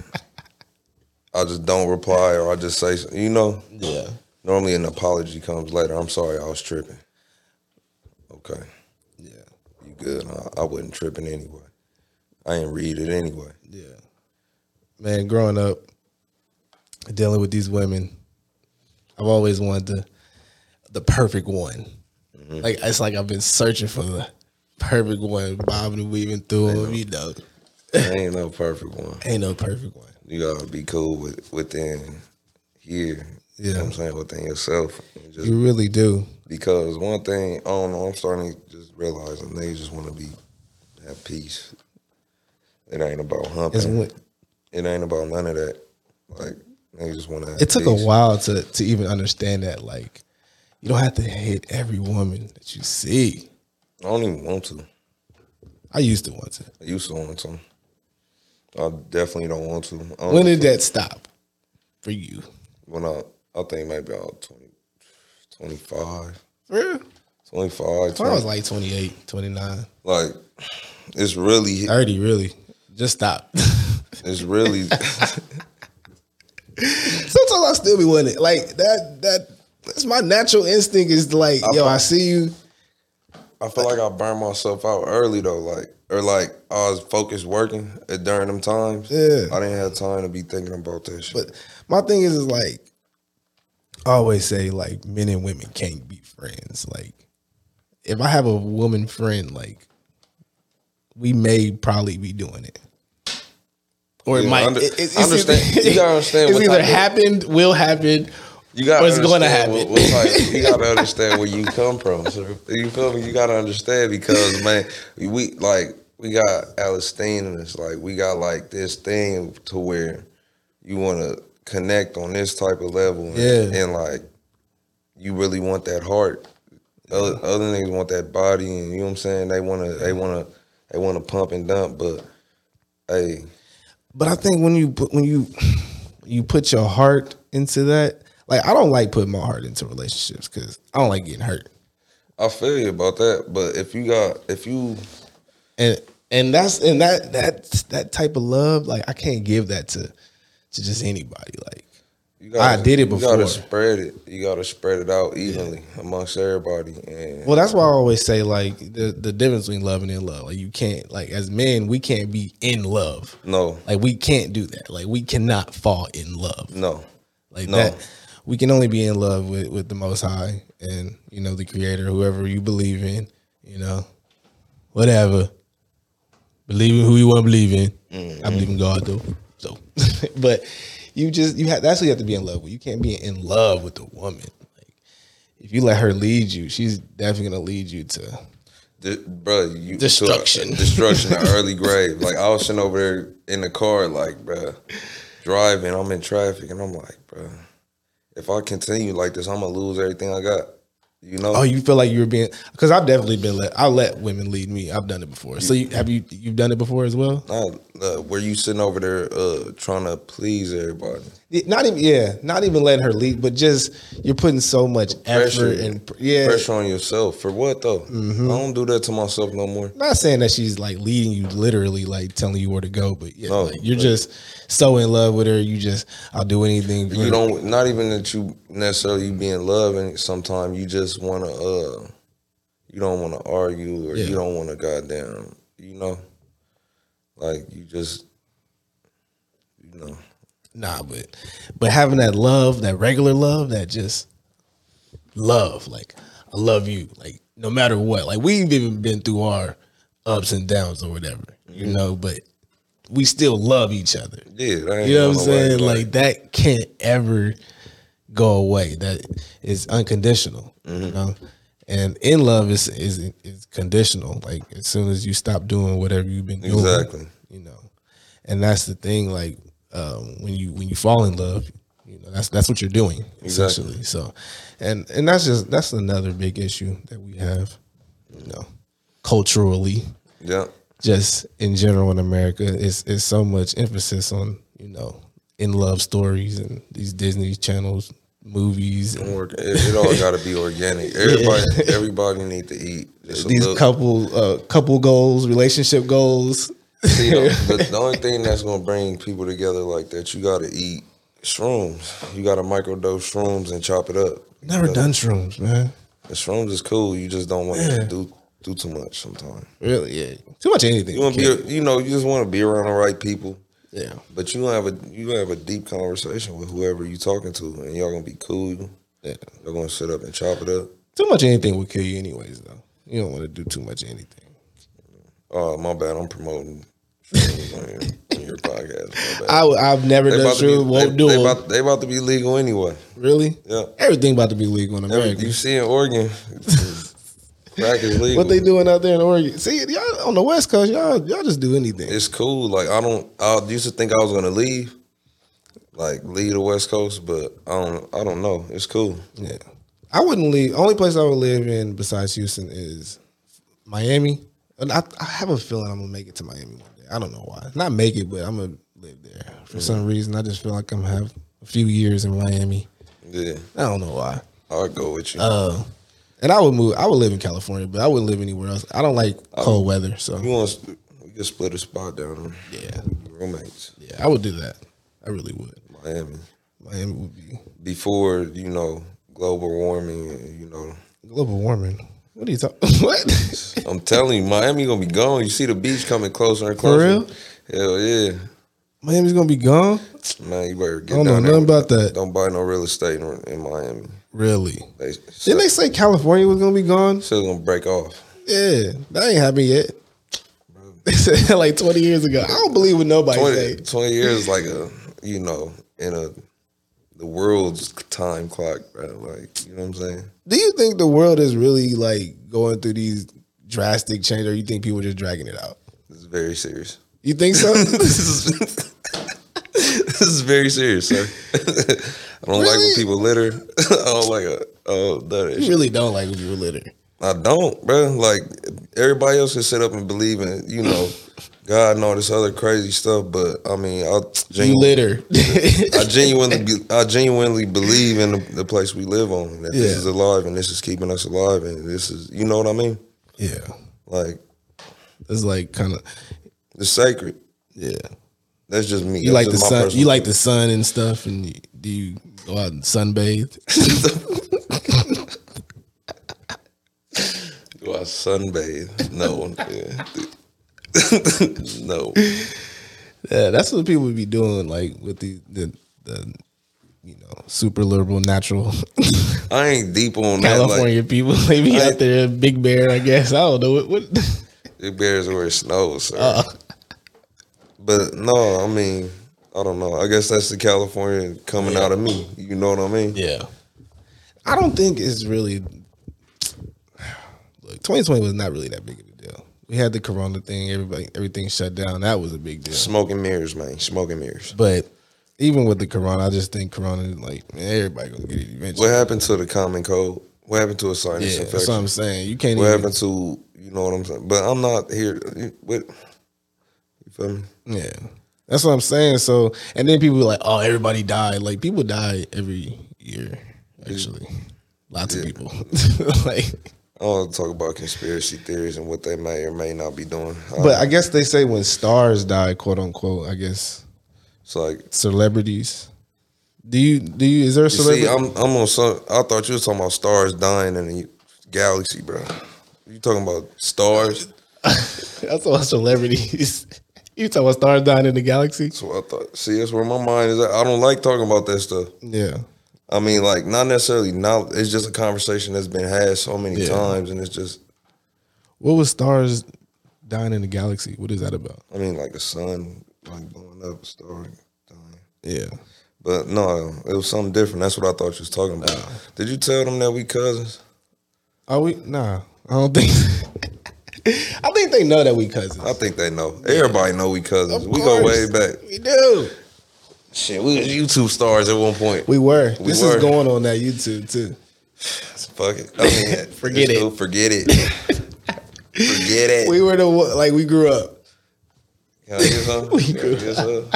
Speaker 1: I just don't reply or I just say, you know.
Speaker 2: Yeah.
Speaker 1: Normally an apology comes later. I'm sorry, I was tripping. Okay,
Speaker 2: Yeah.
Speaker 1: you good? I, I wasn't tripping anyway. I ain't read it anyway.
Speaker 2: Yeah. Man, growing up, dealing with these women, I've always wanted the the perfect one. Like it's like I've been searching for the perfect one, bobbing and weaving through them, you know.
Speaker 1: There ain't no perfect one.
Speaker 2: Ain't no perfect one.
Speaker 1: You gotta be cool with within here. You know what I'm saying within yourself. And Just
Speaker 2: You really do.
Speaker 1: because one thing I don't know, I'm starting to just realize that niggas just want to be have peace. It ain't about
Speaker 2: It's
Speaker 1: humping.
Speaker 2: when-
Speaker 1: It ain't about none of that. Like niggas just want to.
Speaker 2: it took a while to to even understand that. Like, you don't have to hit every woman that you see.
Speaker 1: I don't even want to.
Speaker 2: I used to want to.
Speaker 1: I used to want to. I definitely don't want to. I
Speaker 2: When
Speaker 1: only-
Speaker 2: did that stop for you?
Speaker 1: when I I think maybe I was 20, 25,
Speaker 2: For real?
Speaker 1: 25,
Speaker 2: When I was
Speaker 1: 20
Speaker 2: like 28, 29.
Speaker 1: like it's really
Speaker 2: Thirty, really. Just *laughs* stop.
Speaker 1: it's
Speaker 2: *laughs*
Speaker 1: really *laughs*
Speaker 2: Sometimes I still be wanting it. Like that that that's my natural instinct is like, yo, I see you.
Speaker 1: I feel like I burned myself out early though, like or like I was focused working at- during them times.
Speaker 2: Yeah.
Speaker 1: I didn't have time to be thinking about that shit.
Speaker 2: But my thing is is like I always say like men and women can't be friends. Like if I have a woman friend, like we may probably be doing it. Or it
Speaker 1: Yeah,
Speaker 2: might
Speaker 1: under-
Speaker 2: it- it's-
Speaker 1: I
Speaker 2: *laughs*
Speaker 1: understand. You gotta understand
Speaker 2: It's
Speaker 1: what
Speaker 2: either
Speaker 1: type of-
Speaker 2: happened, will happen.
Speaker 1: you gotta
Speaker 2: what's gonna
Speaker 1: understand
Speaker 2: happen.
Speaker 1: what- what
Speaker 2: *laughs*
Speaker 1: type- you gotta understand where you come from. So you feel me? You gotta understand because man, we like we got Alice Stein in us. Like we got like this thing to where you wanna connect on this type of level and,
Speaker 2: Yeah.
Speaker 1: and like you really want that heart. Other, other niggas want that body, and you know what I'm saying. They wanna, they wanna, they wanna pump and dump. But hey,
Speaker 2: But I think when you put when you you put your heart into that, like I don't like putting my heart into relationships because I don't like getting hurt.
Speaker 1: I feel you about that. But if you got, if you,
Speaker 2: and and that's and that that that type of love like i can't give that to to just anybody like
Speaker 1: you
Speaker 2: I did it
Speaker 1: You gotta
Speaker 2: before.
Speaker 1: spread it. You gotta spread it out evenly amongst everybody. And
Speaker 2: well that's why i always say like the the difference between love and in love like you can't like as men we can't be in love
Speaker 1: no,
Speaker 2: like we can't do that like we cannot fall in love
Speaker 1: no,
Speaker 2: like
Speaker 1: No.
Speaker 2: that we can only be in love with with the most high and you know the creator whoever you believe in you know whatever believe in who you want to believe in i believe in god though so *laughs* but you just you have that's who you have to be in love with you can't be in love with a woman like if you let her lead you she's definitely gonna lead you to
Speaker 1: Di- bro, you
Speaker 2: Destruction.
Speaker 1: to a- destruction,
Speaker 2: *laughs*
Speaker 1: an early grave. Like I was sitting over there in the car, like bruh, driving. I'm in traffic, and I'm like, bruh, if I continue like this, I'm gonna lose everything I got. You know,
Speaker 2: oh you feel like you're being because i've definitely been let i let women lead me i've done it before so you, have you you've done it before as well
Speaker 1: Nah, uh, were you sitting over there uh, trying to please everybody?
Speaker 2: Yeah, not even yeah, not even letting her lead, but just you're putting so much
Speaker 1: Pressure.
Speaker 2: effort and pr- yeah. Mm-hmm.
Speaker 1: Pressure on yourself for what though? I don't do that to myself no more.
Speaker 2: I'm not saying that she's like leading you literally, like telling you where to go, but yeah,
Speaker 1: No,
Speaker 2: like, you're
Speaker 1: but-
Speaker 2: just so in love with her. You just I'll do anything. For
Speaker 1: You
Speaker 2: her.
Speaker 1: don't. Not even that you necessarily you be in love, and sometimes you just wanna. uh You don't wanna argue, or
Speaker 2: Yeah.
Speaker 1: you don't wanna goddamn. You know, like you just. You know,
Speaker 2: nah, but but having that love, that regular love, that just love, like I love you, like no matter what, like we've even been through our ups and downs or whatever,
Speaker 1: Mm-hmm.
Speaker 2: you know, but we still love each other.
Speaker 1: yeah. that ain't
Speaker 2: You know what I'm
Speaker 1: no way,
Speaker 2: saying? Like that can't ever go away. That is unconditional. You know? And in love is, is is conditional. Like as soon as you stop doing whatever you've been doing,
Speaker 1: Exactly.
Speaker 2: You know, and that's the thing. Like um, when you when you fall in love, you know that's that's what you're doing essentially. So, and and that's just that's another big issue that we have. You know, culturally
Speaker 1: yeah.
Speaker 2: just in general in America, it's it's so much emphasis on you know in love stories and these Disney channels movies and
Speaker 1: Org- It, it all
Speaker 2: *laughs*
Speaker 1: got to be organic. Everybody, everybody need to eat. Just a
Speaker 2: these
Speaker 1: little-
Speaker 2: couple uh, couple goals, relationship goals.
Speaker 1: See, the, the- the only thing that's gonna bring people together like that, you gotta eat shrooms. You gotta microdose shrooms and chop it up.
Speaker 2: Never
Speaker 1: You know,
Speaker 2: done shrooms, man.
Speaker 1: The shrooms is cool. You just don't want
Speaker 2: Yeah.
Speaker 1: to do do too much sometimes.
Speaker 2: Really, yeah. Too much of anything.
Speaker 1: You want
Speaker 2: you
Speaker 1: to be, you know, you just want to be around the right people.
Speaker 2: can't- yeah,
Speaker 1: But you gonna have a you gonna have a deep conversation with whoever you talking to, and y'all gonna be cool.
Speaker 2: yeah.
Speaker 1: Y'all gonna sit up and chop it up.
Speaker 2: Too much of anything will kill you, anyways. Though you don't want to do too much of anything.
Speaker 1: Oh my bad, I'm promoting shrooms on, your, on your podcast. My bad.
Speaker 2: I have never
Speaker 1: They
Speaker 2: done
Speaker 1: about to be-
Speaker 2: shrooms. Won't
Speaker 1: they-
Speaker 2: do
Speaker 1: they
Speaker 2: them.
Speaker 1: about- they about to be legal anyway.
Speaker 2: really.
Speaker 1: Yeah.
Speaker 2: Everything about to be legal in America.
Speaker 1: You see in Oregon, *laughs* crack is legal.
Speaker 2: what they doing out there in Oregon? See, y'all on the West Coast, y'all y'all just do anything.
Speaker 1: It's cool. Like I don't. I used to think I was gonna leave, like leave the West Coast, but I don't. I don't know. It's cool.
Speaker 2: Yeah. I wouldn't leave. Only place I would live in besides Houston is Miami. And I, I have a feeling I'm gonna make it to Miami one day. I don't know why. Not make it, but I'm gonna live there for some reason. I just feel like I'm gonna have a few years in Miami.
Speaker 1: Yeah,
Speaker 2: I don't know why.
Speaker 1: I'll go with you.
Speaker 2: Uh, And I would move. I would live in California, but I wouldn't live anywhere else. I don't like cold weather, so
Speaker 1: Oh. You want to, we can split a spot down. there.
Speaker 2: Yeah.
Speaker 1: Roommates,
Speaker 2: yeah, I would do that. I really would.
Speaker 1: Miami.
Speaker 2: Miami would be
Speaker 1: Before, you know, global warming, you know.
Speaker 2: global warming. What are you talking? *laughs*
Speaker 1: *laughs*
Speaker 2: What?
Speaker 1: I'm telling you, Miami gonna be gone. You see the beach coming closer and closer.
Speaker 2: real?
Speaker 1: Hell yeah.
Speaker 2: Miami's gonna be gone.
Speaker 1: Man, you better get
Speaker 2: I don't know
Speaker 1: down there.
Speaker 2: nothing about that.
Speaker 1: Don't buy no real estate in, in Miami.
Speaker 2: Really?
Speaker 1: They
Speaker 2: Didn't they say California was gonna be gone?
Speaker 1: still gonna break off.
Speaker 2: Yeah, that ain't happened yet. They said *laughs* that like 20 years ago. I don't believe what nobody
Speaker 1: 20,
Speaker 2: say.
Speaker 1: 20 years like a you know in a the world's time clock bro. like you know what i'm saying
Speaker 2: Do you think the world is really like going through these drastic changes, or you think people are just dragging it out?
Speaker 1: this is very serious *laughs*
Speaker 2: You think so? *laughs*
Speaker 1: this is *laughs* this is very serious sir *laughs* i don't like when
Speaker 2: Really?
Speaker 1: people litter *laughs* i don't like a, oh that
Speaker 2: you
Speaker 1: is
Speaker 2: really don't like when people litter.
Speaker 1: i don't bro like everybody else can sit up and believe in you know god and all this other crazy stuff but i mean i
Speaker 2: You
Speaker 1: genuinely, *laughs*
Speaker 2: litter.
Speaker 1: I genuinely, be- I genuinely believe in the, the place we live on. That this
Speaker 2: Yeah.
Speaker 1: is alive, and this is keeping us alive, and this is, you know what I mean?
Speaker 2: yeah,
Speaker 1: Like
Speaker 2: *laughs* it's like kind of
Speaker 1: it's sacred.
Speaker 2: yeah.
Speaker 1: That's just me.
Speaker 2: You
Speaker 1: That's
Speaker 2: like the
Speaker 1: just my
Speaker 2: sun.
Speaker 1: personal-
Speaker 2: You like the sun and stuff, and you, do you go out and sunbathe?
Speaker 1: Do I sunbathe? No, *laughs* Yeah. no.
Speaker 2: Yeah, that's what people be doing, like with the the, the you know super liberal natural
Speaker 1: I ain't deep on
Speaker 2: California people. *laughs* They be
Speaker 1: I-
Speaker 2: out there, Big Bear, I guess. I don't know what. what *laughs*
Speaker 1: that. Like it bears where it snows. sir.
Speaker 2: Uh-huh.
Speaker 1: But no, I mean, I don't know. I guess that's the California coming out of me. You know what I mean?
Speaker 2: yeah, I don't think it's really. Look, 2020 was not really that big of a deal. We had the Corona thing. Everybody, everything shut down. That was a big deal.
Speaker 1: Smoke and mirrors, man. Smoke and mirrors.
Speaker 2: But even with the Corona, I just think Corona, is like man, everybody gonna get it eventually.
Speaker 1: What happened to the common cold? What happened to a sinus
Speaker 2: yeah, that's
Speaker 1: infection?
Speaker 2: what I'm saying. You can't
Speaker 1: What
Speaker 2: even.
Speaker 1: happened to you know what I'm saying? But I'm not here. What you feel me?
Speaker 2: Yeah. That's what I'm saying. So, and then people be like, oh, everybody died. Like, people die every year, actually. Lots of people. *laughs* like,
Speaker 1: I don't wanna talk about conspiracy theories and what they may or may not be doing. Uh, I-
Speaker 2: but I guess they say when stars die, quote unquote, I guess
Speaker 1: it's like
Speaker 2: celebrities. Do you, do you, is there a
Speaker 1: you see,
Speaker 2: celebrity?
Speaker 1: I'm I'm on some. I thought you was talking about stars dying in the galaxy, bro. You talking about stars?
Speaker 2: *laughs* That's all celebrities. *laughs* you talking about stars dying in the galaxy?
Speaker 1: That's what I thought. See, that's where my mind is. at. I don't like talking about that stuff.
Speaker 2: Yeah.
Speaker 1: I mean, like not necessarily. Not it's just a conversation that's been had so many
Speaker 2: Yeah.
Speaker 1: times, and it's just.
Speaker 2: What was stars dying in the galaxy? What is that about?
Speaker 1: I mean, like the sun like blowing up, a star dying.
Speaker 2: Yeah.
Speaker 1: But no, it was something different. That's what I thought you was talking about. Did you tell them that we cousins?
Speaker 2: Are we? Nah, I don't think. *laughs* I think they know that we cousins.
Speaker 1: I think they know. Everybody know we cousins.
Speaker 2: Of
Speaker 1: we go way
Speaker 2: course.
Speaker 1: back.
Speaker 2: We do.
Speaker 1: Shit, we was YouTube stars at one point.
Speaker 2: We were.
Speaker 1: We
Speaker 2: this
Speaker 1: were.
Speaker 2: is going on that YouTube too.
Speaker 1: Fuck it. I
Speaker 2: *laughs*
Speaker 1: mean,
Speaker 2: Forget
Speaker 1: just
Speaker 2: it.
Speaker 1: go Forget it. forget it.
Speaker 2: We were the one, like we grew up.
Speaker 1: Can I get some?
Speaker 2: *laughs* We
Speaker 1: Can I
Speaker 2: grew-
Speaker 1: get some?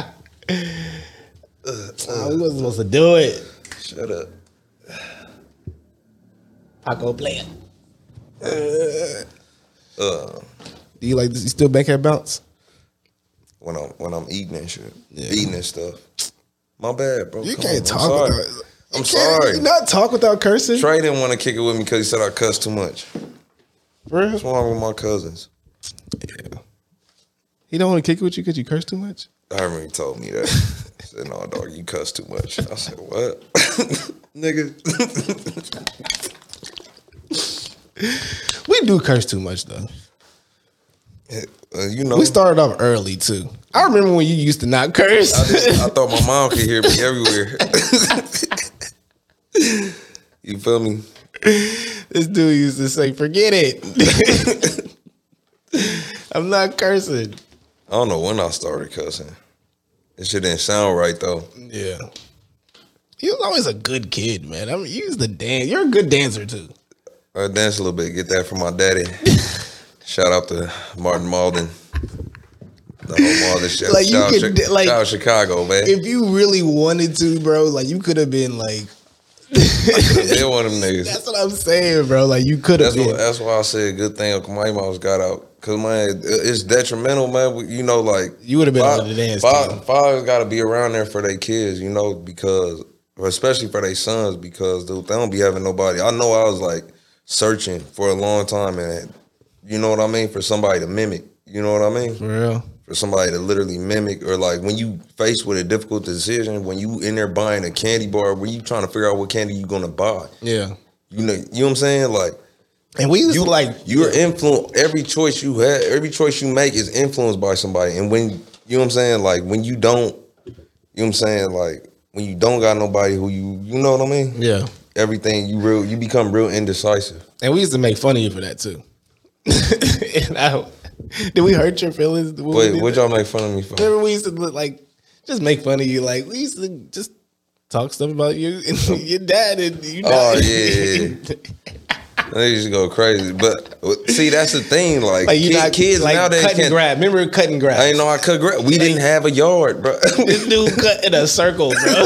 Speaker 2: Nah, we wasn't supposed to do it.
Speaker 1: Shut up.
Speaker 2: Paco play it.
Speaker 1: Uh,
Speaker 2: do you like? This? You still backhand bounce?
Speaker 1: When I'm when I'm eating and shit,
Speaker 2: Yeah.
Speaker 1: eating and stuff. My bad, bro.
Speaker 2: You
Speaker 1: Come
Speaker 2: can't
Speaker 1: on, I'm sorry.
Speaker 2: talk. without, you
Speaker 1: I'm
Speaker 2: can't-
Speaker 1: sorry.
Speaker 2: You not talk without cursing.
Speaker 1: Trey didn't want to kick it with me because he said I cuss too much.
Speaker 2: For real?
Speaker 1: What's wrong with my cousins?
Speaker 2: Yeah. He don't want to kick it with you because you curse too much.
Speaker 1: Herman told me that. He said, no, dog, you cuss too much. I said, what? *laughs* Nigga. *laughs*
Speaker 2: We do curse too much though.
Speaker 1: Uh, you know,
Speaker 2: We started off early too. I remember when you used to not curse.
Speaker 1: I, just- I thought my mom could hear me everywhere. *laughs* you feel me?
Speaker 2: *laughs* This dude used to say, "Forget it." *laughs* I'm not cursing.
Speaker 1: I don't know when I started cussing. It shit didn't sound right, though.
Speaker 2: Yeah, he was always a good kid, man. I mean, you used to dance. You're a good dancer too.
Speaker 1: I danced a little bit. Get that from my
Speaker 2: *laughs*
Speaker 1: daddy. Shout out to Martin Malden. The whole Malden shit.
Speaker 2: Like, you
Speaker 1: Shout out
Speaker 2: could
Speaker 1: Chi-
Speaker 2: d- like-
Speaker 1: shout out Chicago, man.
Speaker 2: If you really wanted to, bro, like you could have been like
Speaker 1: *laughs* they one of them niggas.
Speaker 2: *laughs* That's what I'm saying, bro. Like you could have
Speaker 1: That's
Speaker 2: been.
Speaker 1: what, that's why I said good thing Uncle Mike Mouse got out. Cause man, it's detrimental, man. We- You know, like
Speaker 2: You would've been
Speaker 1: fa-
Speaker 2: on the dance
Speaker 1: fa-
Speaker 2: team.
Speaker 1: Fathers got to be around there for their kids, you know, because especially for their sons, because dude, they don't be having nobody. I know I was like searching for a long time, and you know what I mean, for somebody to mimic. You know what I mean?
Speaker 2: For real.
Speaker 1: for somebody to literally mimic or like when you faced with a difficult decision, when you in there buying a candy bar, when you trying to figure out what candy you gonna buy.
Speaker 2: Yeah.
Speaker 1: You know, you know what I'm saying? Like
Speaker 2: And we used
Speaker 1: you
Speaker 2: to like
Speaker 1: you're influenced every choice you have, every choice you make is influenced by somebody. And when you know what I'm saying, like when you don't you know what I'm saying, like when you don't got nobody who you you know what I mean?
Speaker 2: Yeah.
Speaker 1: Everything you real you become real indecisive.
Speaker 2: And we used to make fun of you for that too. *laughs* and I did we hurt your feelings? when we
Speaker 1: Wait,
Speaker 2: did
Speaker 1: what
Speaker 2: that?
Speaker 1: y'all make fun of me for?
Speaker 2: Remember we used to look like just make fun of you. Like we used to just talk stuff about you and *laughs* your dad and you.
Speaker 1: Oh, yeah, They just go crazy. But see, that's the thing. Like,
Speaker 2: *laughs* like you
Speaker 1: kid-
Speaker 2: not
Speaker 1: kids
Speaker 2: kids like
Speaker 1: nowadays
Speaker 2: cut and
Speaker 1: can't.
Speaker 2: grab. Remember cut and grab.
Speaker 1: I ain't know I cut grass. We didn't have a yard, bro.
Speaker 2: *laughs*
Speaker 1: *laughs*
Speaker 2: This dude cut in a circle, bro.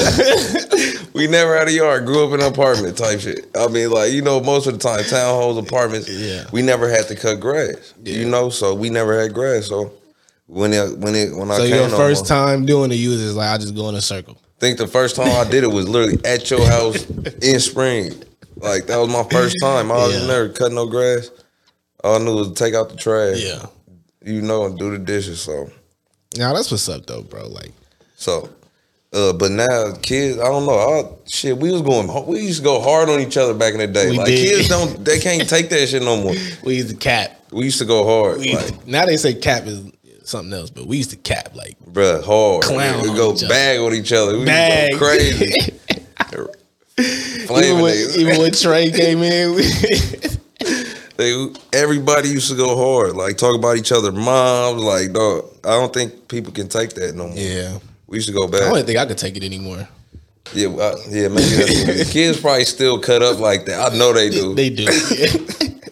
Speaker 1: we never had a yard. Grew up in an apartment type shit. I mean, like you know, most of the time, townhomes, apartments.
Speaker 2: Yeah.
Speaker 1: We never had to cut grass. You know, so we never had grass. So when it when it when I
Speaker 2: so
Speaker 1: came
Speaker 2: your first
Speaker 1: on,
Speaker 2: time doing the use is like I just go in a circle.
Speaker 1: I think the first time I did it was literally at your house
Speaker 2: *laughs*
Speaker 1: in spring. Like that was my first time. I was
Speaker 2: Yeah.
Speaker 1: never cut no grass. All I knew was take out the trash.
Speaker 2: Yeah.
Speaker 1: You know, and do the dishes. So.
Speaker 2: Now that's what's up though, bro. Like
Speaker 1: So, uh, but now kids, I don't know. I, shit, we was going, we used to go hard on each other back in the day.
Speaker 2: We
Speaker 1: like
Speaker 2: did.
Speaker 1: kids don't, they can't take that shit no more.
Speaker 2: we used to cap.
Speaker 1: We used to go hard,
Speaker 2: We used
Speaker 1: like,
Speaker 2: to- now they say cap is something else, but we used to cap like
Speaker 1: bruh, hard.
Speaker 2: Clown
Speaker 1: we
Speaker 2: on
Speaker 1: go
Speaker 2: each other.
Speaker 1: bag on each other. We bag.
Speaker 2: bag
Speaker 1: go crazy.
Speaker 2: *laughs*
Speaker 1: Flaming
Speaker 2: even when,
Speaker 1: niggas.
Speaker 2: even
Speaker 1: *laughs*
Speaker 2: when Trey came in, we,
Speaker 1: They, everybody used to go hard, like talk about each other, moms, like dog. I don't think people can take that no more.
Speaker 2: yeah.
Speaker 1: We used to go
Speaker 2: I
Speaker 1: back.
Speaker 2: don't think I could take it anymore.
Speaker 1: Yeah, I, yeah, maybe that's what it is. kids probably still cut up like that. I know they do.
Speaker 2: *laughs* They do.
Speaker 1: *laughs*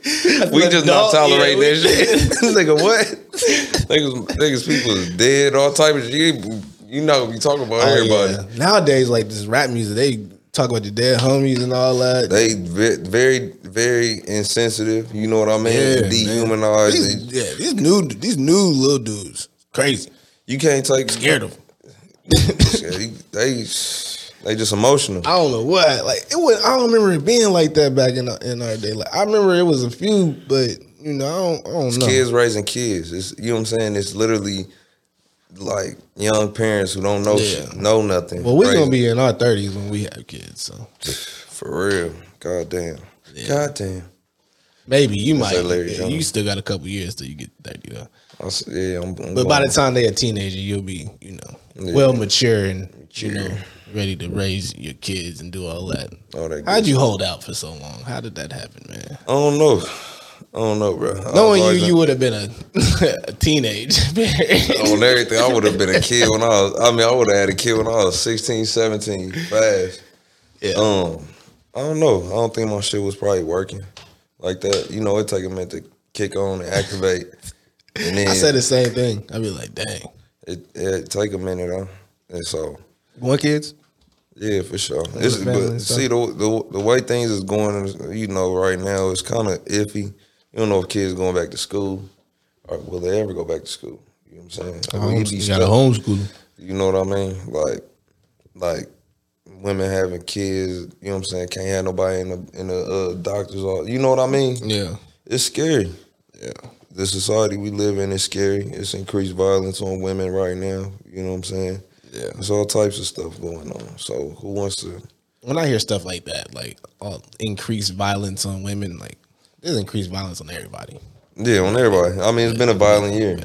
Speaker 1: We just not tolerate that
Speaker 2: this
Speaker 1: shit.
Speaker 2: *laughs*
Speaker 1: nigga, what? niggas, niggas, people is dead, all type of shit. You, you not gonna be talking about everybody.
Speaker 2: Oh, Nowadays, like this rap music, they talk about the dead homies and all that.
Speaker 1: They ve- very, very insensitive. You know what I mean?
Speaker 2: Yeah, man.
Speaker 1: Dehumanized.
Speaker 2: These- yeah, these new these new little dudes, crazy,
Speaker 1: You can't
Speaker 2: *laughs*
Speaker 1: take.
Speaker 2: scared of. 'em.
Speaker 1: Shit, they, they just emotional.
Speaker 2: I don't know what. Like it was. I don't remember it being like that back in in our day. Like I remember it was a few, but you know, I don't, I don't know.
Speaker 1: Kids raising kids. It's, you know what I'm saying? It's literally like young parents who don't know
Speaker 2: Yeah.
Speaker 1: shit, know nothing.
Speaker 2: Well, we're
Speaker 1: Raising-
Speaker 2: gonna be in our thirties when we have kids, so
Speaker 1: for real. God damn. God damn.
Speaker 2: maybe you might.
Speaker 1: like Larry
Speaker 2: yeah,
Speaker 1: Jones.
Speaker 2: you still got a couple years till you get thirty, though.
Speaker 1: I s- yeah, I'm, I'm
Speaker 2: But by
Speaker 1: going-
Speaker 2: the time they're a teenager, you'll be, you know, well mature and you know ready to raise your kids and do all that.
Speaker 1: all that good
Speaker 2: How'd you hold out for so long? How did that happen, man?
Speaker 1: I don't know. I don't know, bro.
Speaker 2: Knowing you, you would have been a, *laughs* a teenage. man.
Speaker 1: *laughs* on everything. I would have been a kid when I was. I mean, I would have had a kid when I was 16, 17, fast.
Speaker 2: Yeah.
Speaker 1: Um, I don't know. I don't think my shit was probably working like that. You know, it take a minute to kick on and activate, and then
Speaker 2: I said the same thing. I'd be like, dang.
Speaker 1: it, it take a minute, huh? And so.
Speaker 2: One kids?
Speaker 1: Yeah, for sure. It's,
Speaker 2: the family
Speaker 1: but
Speaker 2: and stuff.
Speaker 1: see, the, the the way things is going, you know, right now it's kind of iffy. You don't know if kids going back to school, or will they ever go back to school? You know what I'm saying? Will you be
Speaker 2: you got a
Speaker 1: stuck?
Speaker 2: homeschool.
Speaker 1: You know what I mean? Like, like women having kids. You know what I'm saying? Can't have nobody in the in the uh, doctor's office. You know what I mean?
Speaker 2: Yeah.
Speaker 1: It's scary.
Speaker 2: Yeah.
Speaker 1: The society we live in is scary. It's increased violence on women right now. You know what I'm saying?
Speaker 2: Yeah.
Speaker 1: It's all types of stuff going on. So who wants to?
Speaker 2: When I hear stuff like that, like all increased violence on women, like there's increased violence on everybody.
Speaker 1: Yeah, on everybody. I mean, it's been a violent year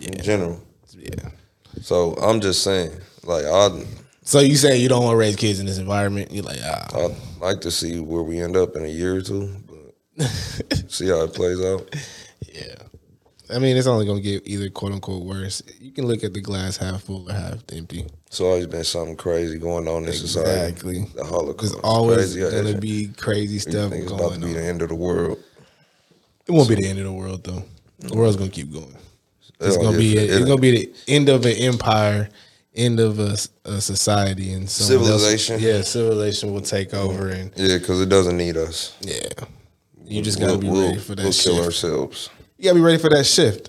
Speaker 1: in general.
Speaker 2: Yeah.
Speaker 1: So I'm just saying, like, I
Speaker 2: So you say you don't want to raise kids in this environment? You're like, ah,
Speaker 1: I'd like to see where we end up in a year or two, but
Speaker 2: *laughs*
Speaker 1: see how it plays out.
Speaker 2: yeah. I mean, it's only gonna get either quote unquote worse. You can look at the glass half full or half empty.
Speaker 1: It's always been something crazy going on in society.
Speaker 2: Exactly.
Speaker 1: The
Speaker 2: There's
Speaker 1: Holocaust.
Speaker 2: always
Speaker 1: Crazy how that
Speaker 2: gonna
Speaker 1: shit-
Speaker 2: be crazy stuff
Speaker 1: think it's about to
Speaker 2: going
Speaker 1: be
Speaker 2: on.
Speaker 1: the end of the world.
Speaker 2: It won't be the end of the world though. The world's gonna keep going. It's
Speaker 1: Hell,
Speaker 2: gonna
Speaker 1: yeah,
Speaker 2: be
Speaker 1: it-
Speaker 2: it's gonna be the end of an empire end of a, a society and someone else-
Speaker 1: Civilization.
Speaker 2: yeah, civilization will take over, and
Speaker 1: Yeah, because it doesn't need us.
Speaker 2: yeah, you just gotta
Speaker 1: We'll-
Speaker 2: be
Speaker 1: we'll-
Speaker 2: ready for that
Speaker 1: We'll
Speaker 2: shift.
Speaker 1: kill ourselves.
Speaker 2: You gotta be ready for that shift.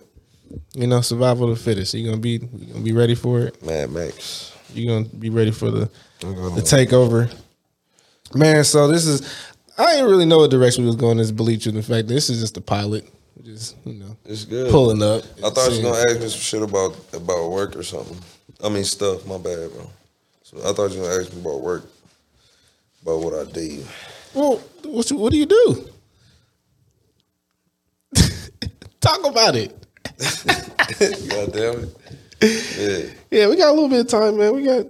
Speaker 2: You know, survival of the fittest. You gonna be you gonna be ready for it.
Speaker 1: Mad Max.
Speaker 2: You gonna be ready for the the
Speaker 1: gonna-
Speaker 2: takeover. Man, so this is I didn't really know what direction we was going this believe you. In fact, this is just a pilot. Just you know,
Speaker 1: It's good.
Speaker 2: pulling up.
Speaker 1: I thought you
Speaker 2: Seeing-
Speaker 1: was gonna ask me some shit about about work or something. I mean stuff. My bad, bro. So I thought you was gonna ask me about work, about what I did.
Speaker 2: Well, what, you- what do you do? *laughs* Talk about it.
Speaker 1: God damn it. Yeah.
Speaker 2: Yeah, we got a little bit of time, man. We got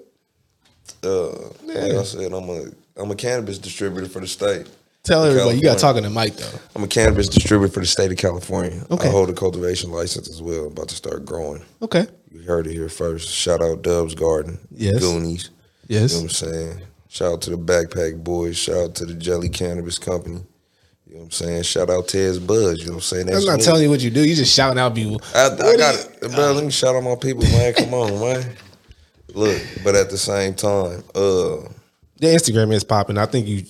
Speaker 1: Uh, Like
Speaker 2: Yeah.
Speaker 1: I said, I'm a I'm a cannabis distributor for the state.
Speaker 2: tell
Speaker 1: In
Speaker 2: everybody. You got
Speaker 1: California.
Speaker 2: talking to Mike though.
Speaker 1: I'm a cannabis distributor for the state of California.
Speaker 2: Okay.
Speaker 1: I hold a cultivation license as well. about to start growing.
Speaker 2: Okay.
Speaker 1: You heard it here first. Shout out Dubs Garden.
Speaker 2: Yes.
Speaker 1: Goonies. You know
Speaker 2: Yes.
Speaker 1: what I'm saying? Shout out to the Backpack Boys. Shout out to the Jelly Cannabis Company. You know what I'm saying? Shout out Tez Buzz. You know what I'm saying?
Speaker 2: I'm not telling you what you do. You just shouting out people.
Speaker 1: I,
Speaker 2: What
Speaker 1: I
Speaker 2: do
Speaker 1: got
Speaker 2: you-
Speaker 1: it. Bro, let me shout out my people, man. Come
Speaker 2: *laughs*
Speaker 1: on, man. Look, but at the same time, uh,
Speaker 2: The Instagram is popping. I think you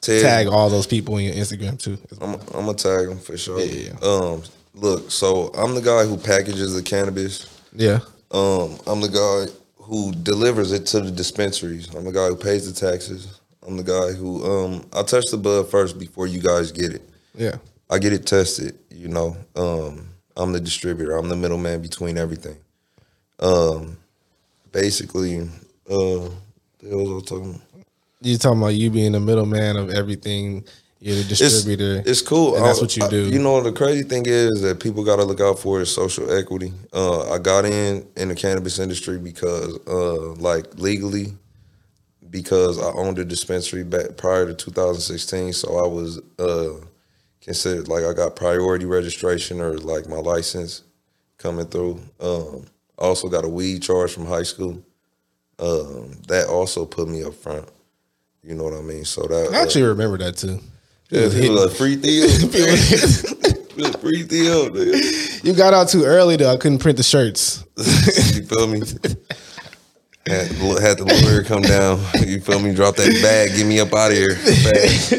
Speaker 1: Tez,
Speaker 2: tag all those people in your Instagram too.
Speaker 1: I'm, I'm gonna tag him for sure.
Speaker 2: Yeah, yeah,
Speaker 1: Um, look, so I'm the guy who packages the cannabis.
Speaker 2: Yeah.
Speaker 1: Um, I'm the guy who delivers it to the dispensaries. I'm the guy who pays the taxes. I'm the guy who um I touch the bud first before you guys get it.
Speaker 2: Yeah.
Speaker 1: I get it tested, you know. Um, I'm the distributor. I'm the middleman between everything. Um, basically, uh, the hell was I talking about?
Speaker 2: You're talking about you being the middleman of everything. You're the distributor.
Speaker 1: It's cool.
Speaker 2: And that's
Speaker 1: I-
Speaker 2: what you
Speaker 1: I-
Speaker 2: do.
Speaker 1: you know, the crazy thing is that people got to look out for is social equity. Uh, I got in in the cannabis industry because, uh, like, legally, because I owned a dispensary back prior to 2016, so I was uh, considered like I got priority registration or like my license coming through. Um, I also got a weed charge from high school. Um, that also put me up front. You know what I mean? So that
Speaker 2: I actually remember that too.
Speaker 1: yeah, he was like *laughs* free Theo. He was free Theo, nigga.
Speaker 2: you got out too early though. I couldn't print the shirts.
Speaker 1: *laughs* You feel me? Had, had the lawyer come down. You feel me? Drop that bag. Get me up out of here. Fast.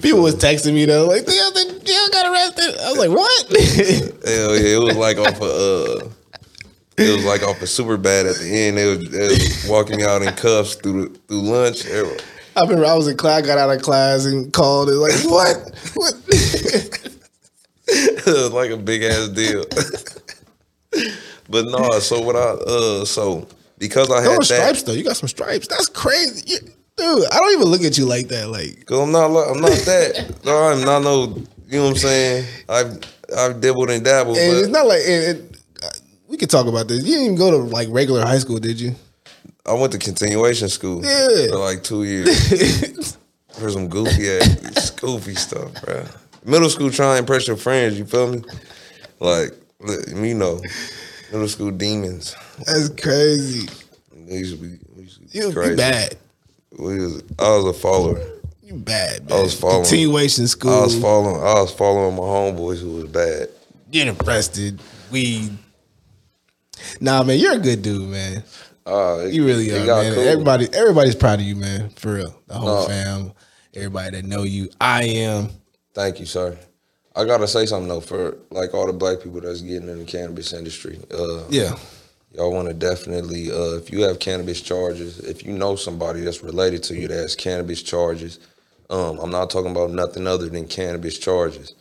Speaker 2: People was texting me though, like, "Dale, the jail got arrested." I was like, "What?" *laughs*
Speaker 1: Hell yeah! It was like off of uh, it was like off of super bad at the end. They was, they was walking me out in cuffs through the, through lunch. Every-
Speaker 2: I remember I was in class, got out of class, and called and like, "What? What?"
Speaker 1: *laughs*
Speaker 2: *laughs*
Speaker 1: It was like a big ass deal. *laughs* but no, so what I uh, so because I had
Speaker 2: Those
Speaker 1: that.
Speaker 2: stripes though. You got some stripes. That's crazy, You- dude. I don't even look at you like that. Like,
Speaker 1: Cause I'm not, li- I'm not that. No, I'm not no. You know what I'm saying? I've I've dabbled and dabbled,
Speaker 2: and it's
Speaker 1: but
Speaker 2: not like and, and, uh, we could talk about this. You didn't even go to like regular high school, did
Speaker 1: *laughs*
Speaker 2: you?
Speaker 1: I went to continuation school
Speaker 2: Yeah.
Speaker 1: for like two years for some goofy ass, goofy stuff, bro. Middle school trying to impress your friends. You feel me? Like look, you know, middle school demons.
Speaker 2: That's crazy.
Speaker 1: We used to be, we used to be
Speaker 2: You, you
Speaker 1: crazy.
Speaker 2: bad.
Speaker 1: We was, I was a follower.
Speaker 2: You bad. Man.
Speaker 1: was following-
Speaker 2: Continuation school.
Speaker 1: I was following. I was following my homeboys who was bad.
Speaker 2: getting arrested. We. Nah, man, you're a good dude, man.
Speaker 1: Uh, it-
Speaker 2: You really
Speaker 1: it
Speaker 2: are,
Speaker 1: got
Speaker 2: man.
Speaker 1: cool. Uh,
Speaker 2: Everybody, everybody's proud of you, man. For real, the whole
Speaker 1: No.
Speaker 2: fam, everybody that know you. I am.
Speaker 1: Thank you, sir. I gotta say something though for like all the black people that's getting in the cannabis industry. Uh,
Speaker 2: Yeah,
Speaker 1: Y'all want to definitely, uh, if you have cannabis charges, if you know somebody that's related to you that has cannabis charges, um, I'm not talking about nothing other than cannabis charges.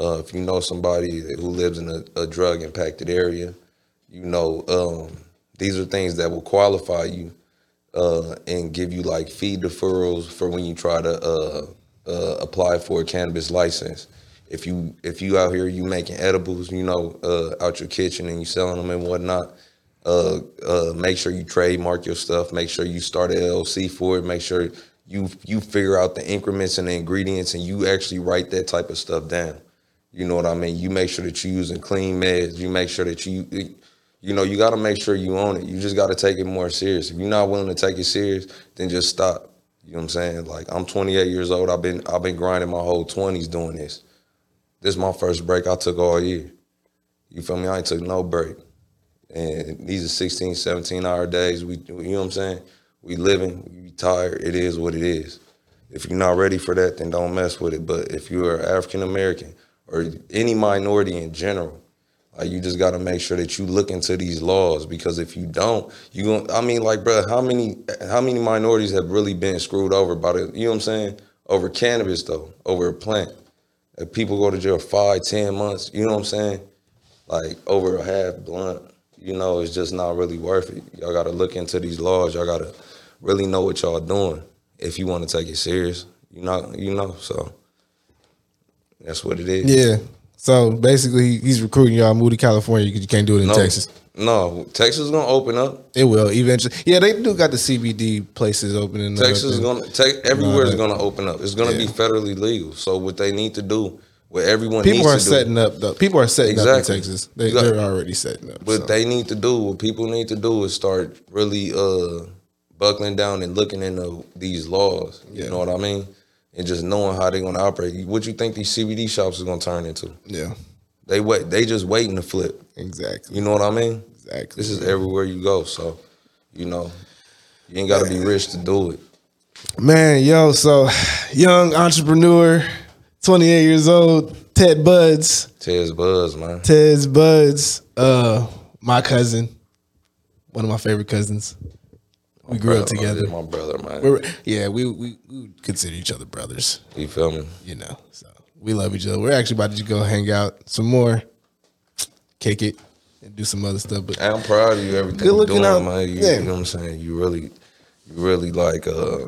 Speaker 1: Uh, if you know somebody who lives in a, a drug impacted area, you know um, these are things that will qualify you uh, and give you like fee deferrals for when you try to uh, uh, apply for a cannabis license. If you if you out here you making edibles, you know, uh, out your kitchen and you selling them and whatnot, uh, uh, make sure you trademark your stuff. Make sure you start an LLC for it. Make sure you you figure out the increments and the ingredients and you actually write that type of stuff down. You know what I mean? You make sure that you're using clean meds. You make sure that you, you know, you got to make sure you own it. You just got to take it more serious. If you're not willing to take it serious, then just stop. You know what I'm saying? Like I'm 28 years old. I've been I've been grinding my whole 20s doing this. This is my first break I took all year. You feel me? I ain't took no break. and these are 16, 17 hour days. We, you know what I'm saying? We living, we tired. It is what it is. If you're not ready for that, then don't mess with it. But if you are African American or any minority in general, like you just got to make sure that you look into these laws because if you don't, you going I mean, like, bro, how many how many minorities have really been screwed over by the you know what I'm saying over cannabis though over a plant? If people go to jail five, ten months, you know what I'm saying? Like over a half blunt, you know, it's just not really worth it. Y'all got to look into these laws. Y'all got to really know what y'all doing if you want to take it serious. You know, you know, so that's what it is.
Speaker 2: Yeah. So basically, he's recruiting y'all move to California because you can't do it in
Speaker 1: No,
Speaker 2: Texas.
Speaker 1: No, Texas is gonna open up.
Speaker 2: It will eventually. Yeah, they do got the CBD places opening. up
Speaker 1: Texas is
Speaker 2: and-
Speaker 1: gonna te- everywhere is
Speaker 2: that-
Speaker 1: gonna open up. It's gonna be
Speaker 2: Yeah.
Speaker 1: federally legal. So what they need to do, what everyone
Speaker 2: People
Speaker 1: needs
Speaker 2: are
Speaker 1: to
Speaker 2: setting
Speaker 1: do,
Speaker 2: up though. People are setting up
Speaker 1: Exactly.
Speaker 2: in Texas. They,
Speaker 1: Exactly.
Speaker 2: They're already setting up.
Speaker 1: what
Speaker 2: so.
Speaker 1: they need to do, what people need to do is start really uh buckling down and looking into these laws.
Speaker 2: Yeah.
Speaker 1: You know what I mean? And just knowing how they're gonna operate. What you think these CBD shops is gonna turn into?
Speaker 2: yeah,
Speaker 1: They wait. They just waiting to flip.
Speaker 2: exactly,
Speaker 1: You know what I mean?
Speaker 2: exactly.
Speaker 1: This is everywhere you go. So, you know, you ain't gotta be rich to do it.
Speaker 2: Man, yo, so *sighs* young entrepreneur, 28 years old, Ted Buds,
Speaker 1: Tez Buzz, man.
Speaker 2: Ted's Buds, uh, my cousin, one of my favorite cousins. We grew up
Speaker 1: Brother,
Speaker 2: together.
Speaker 1: My brother, man.
Speaker 2: We're, yeah, we, we we would consider each other brothers,
Speaker 1: you feel me?
Speaker 2: you know. So we love each other. We're actually about to go hang out some more, kick it, and do some other stuff. But
Speaker 1: And I'm proud of you. Everything
Speaker 2: Good
Speaker 1: you're
Speaker 2: looking
Speaker 1: doing,
Speaker 2: out.
Speaker 1: man. You, you
Speaker 2: Yeah.
Speaker 1: know what I'm saying? You really, you really like. uh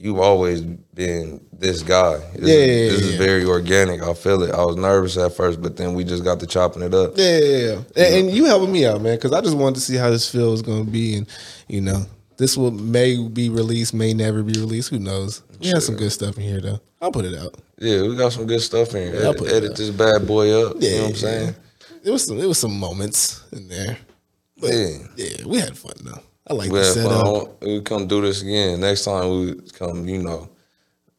Speaker 1: You've always been this guy. This
Speaker 2: Yeah, yeah,
Speaker 1: is, this
Speaker 2: yeah,
Speaker 1: is
Speaker 2: yeah.
Speaker 1: very organic. I feel it. I was nervous at first, but then we just got to chopping it up.
Speaker 2: yeah, yeah, yeah. And, and you helping me out, man, because I just wanted to see how this feel is going to be, and you know, this will may be released, may never be released. Who knows? We have some good stuff in here though. I'll put it out.
Speaker 1: Yeah, we got some good stuff in here.
Speaker 2: I'll put
Speaker 1: Edit,
Speaker 2: it
Speaker 1: edit
Speaker 2: up.
Speaker 1: this bad boy up. you know what I'm
Speaker 2: Yeah.
Speaker 1: saying?
Speaker 2: It was some it was some moments in there. But
Speaker 1: Yeah.
Speaker 2: yeah, we had fun though. I like
Speaker 1: We
Speaker 2: the
Speaker 1: had fun. Oh I
Speaker 2: setup.
Speaker 1: want- We come do this again next time. We come, you know,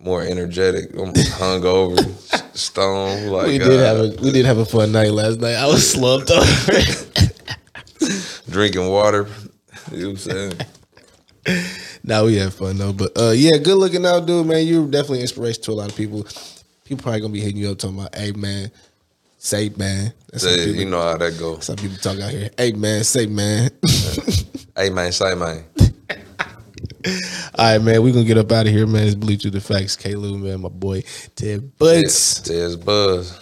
Speaker 1: more energetic. I'm
Speaker 2: *laughs*
Speaker 1: hungover, s- stoned. Like
Speaker 2: We did
Speaker 1: uh,
Speaker 2: have a we did have a fun night last night. I was slumped *laughs* over.
Speaker 1: drinking water. You know what I'm saying?
Speaker 2: now we had fun though. But uh, yeah, good looking out, dude, man. You're definitely an inspiration to a lot of people. People probably gonna be hitting you up talking about, hey man, say man. That's how
Speaker 1: Say,
Speaker 2: people,
Speaker 1: you know how that goes.
Speaker 2: some people talk out here. Hey man, say man. *laughs*
Speaker 1: Hey man, say man.
Speaker 2: All right, man, we gonna get up out of here, man. It's Bleach Through the Facts, K Lou, man, my boy Ted Butts.
Speaker 1: Tez Buzz.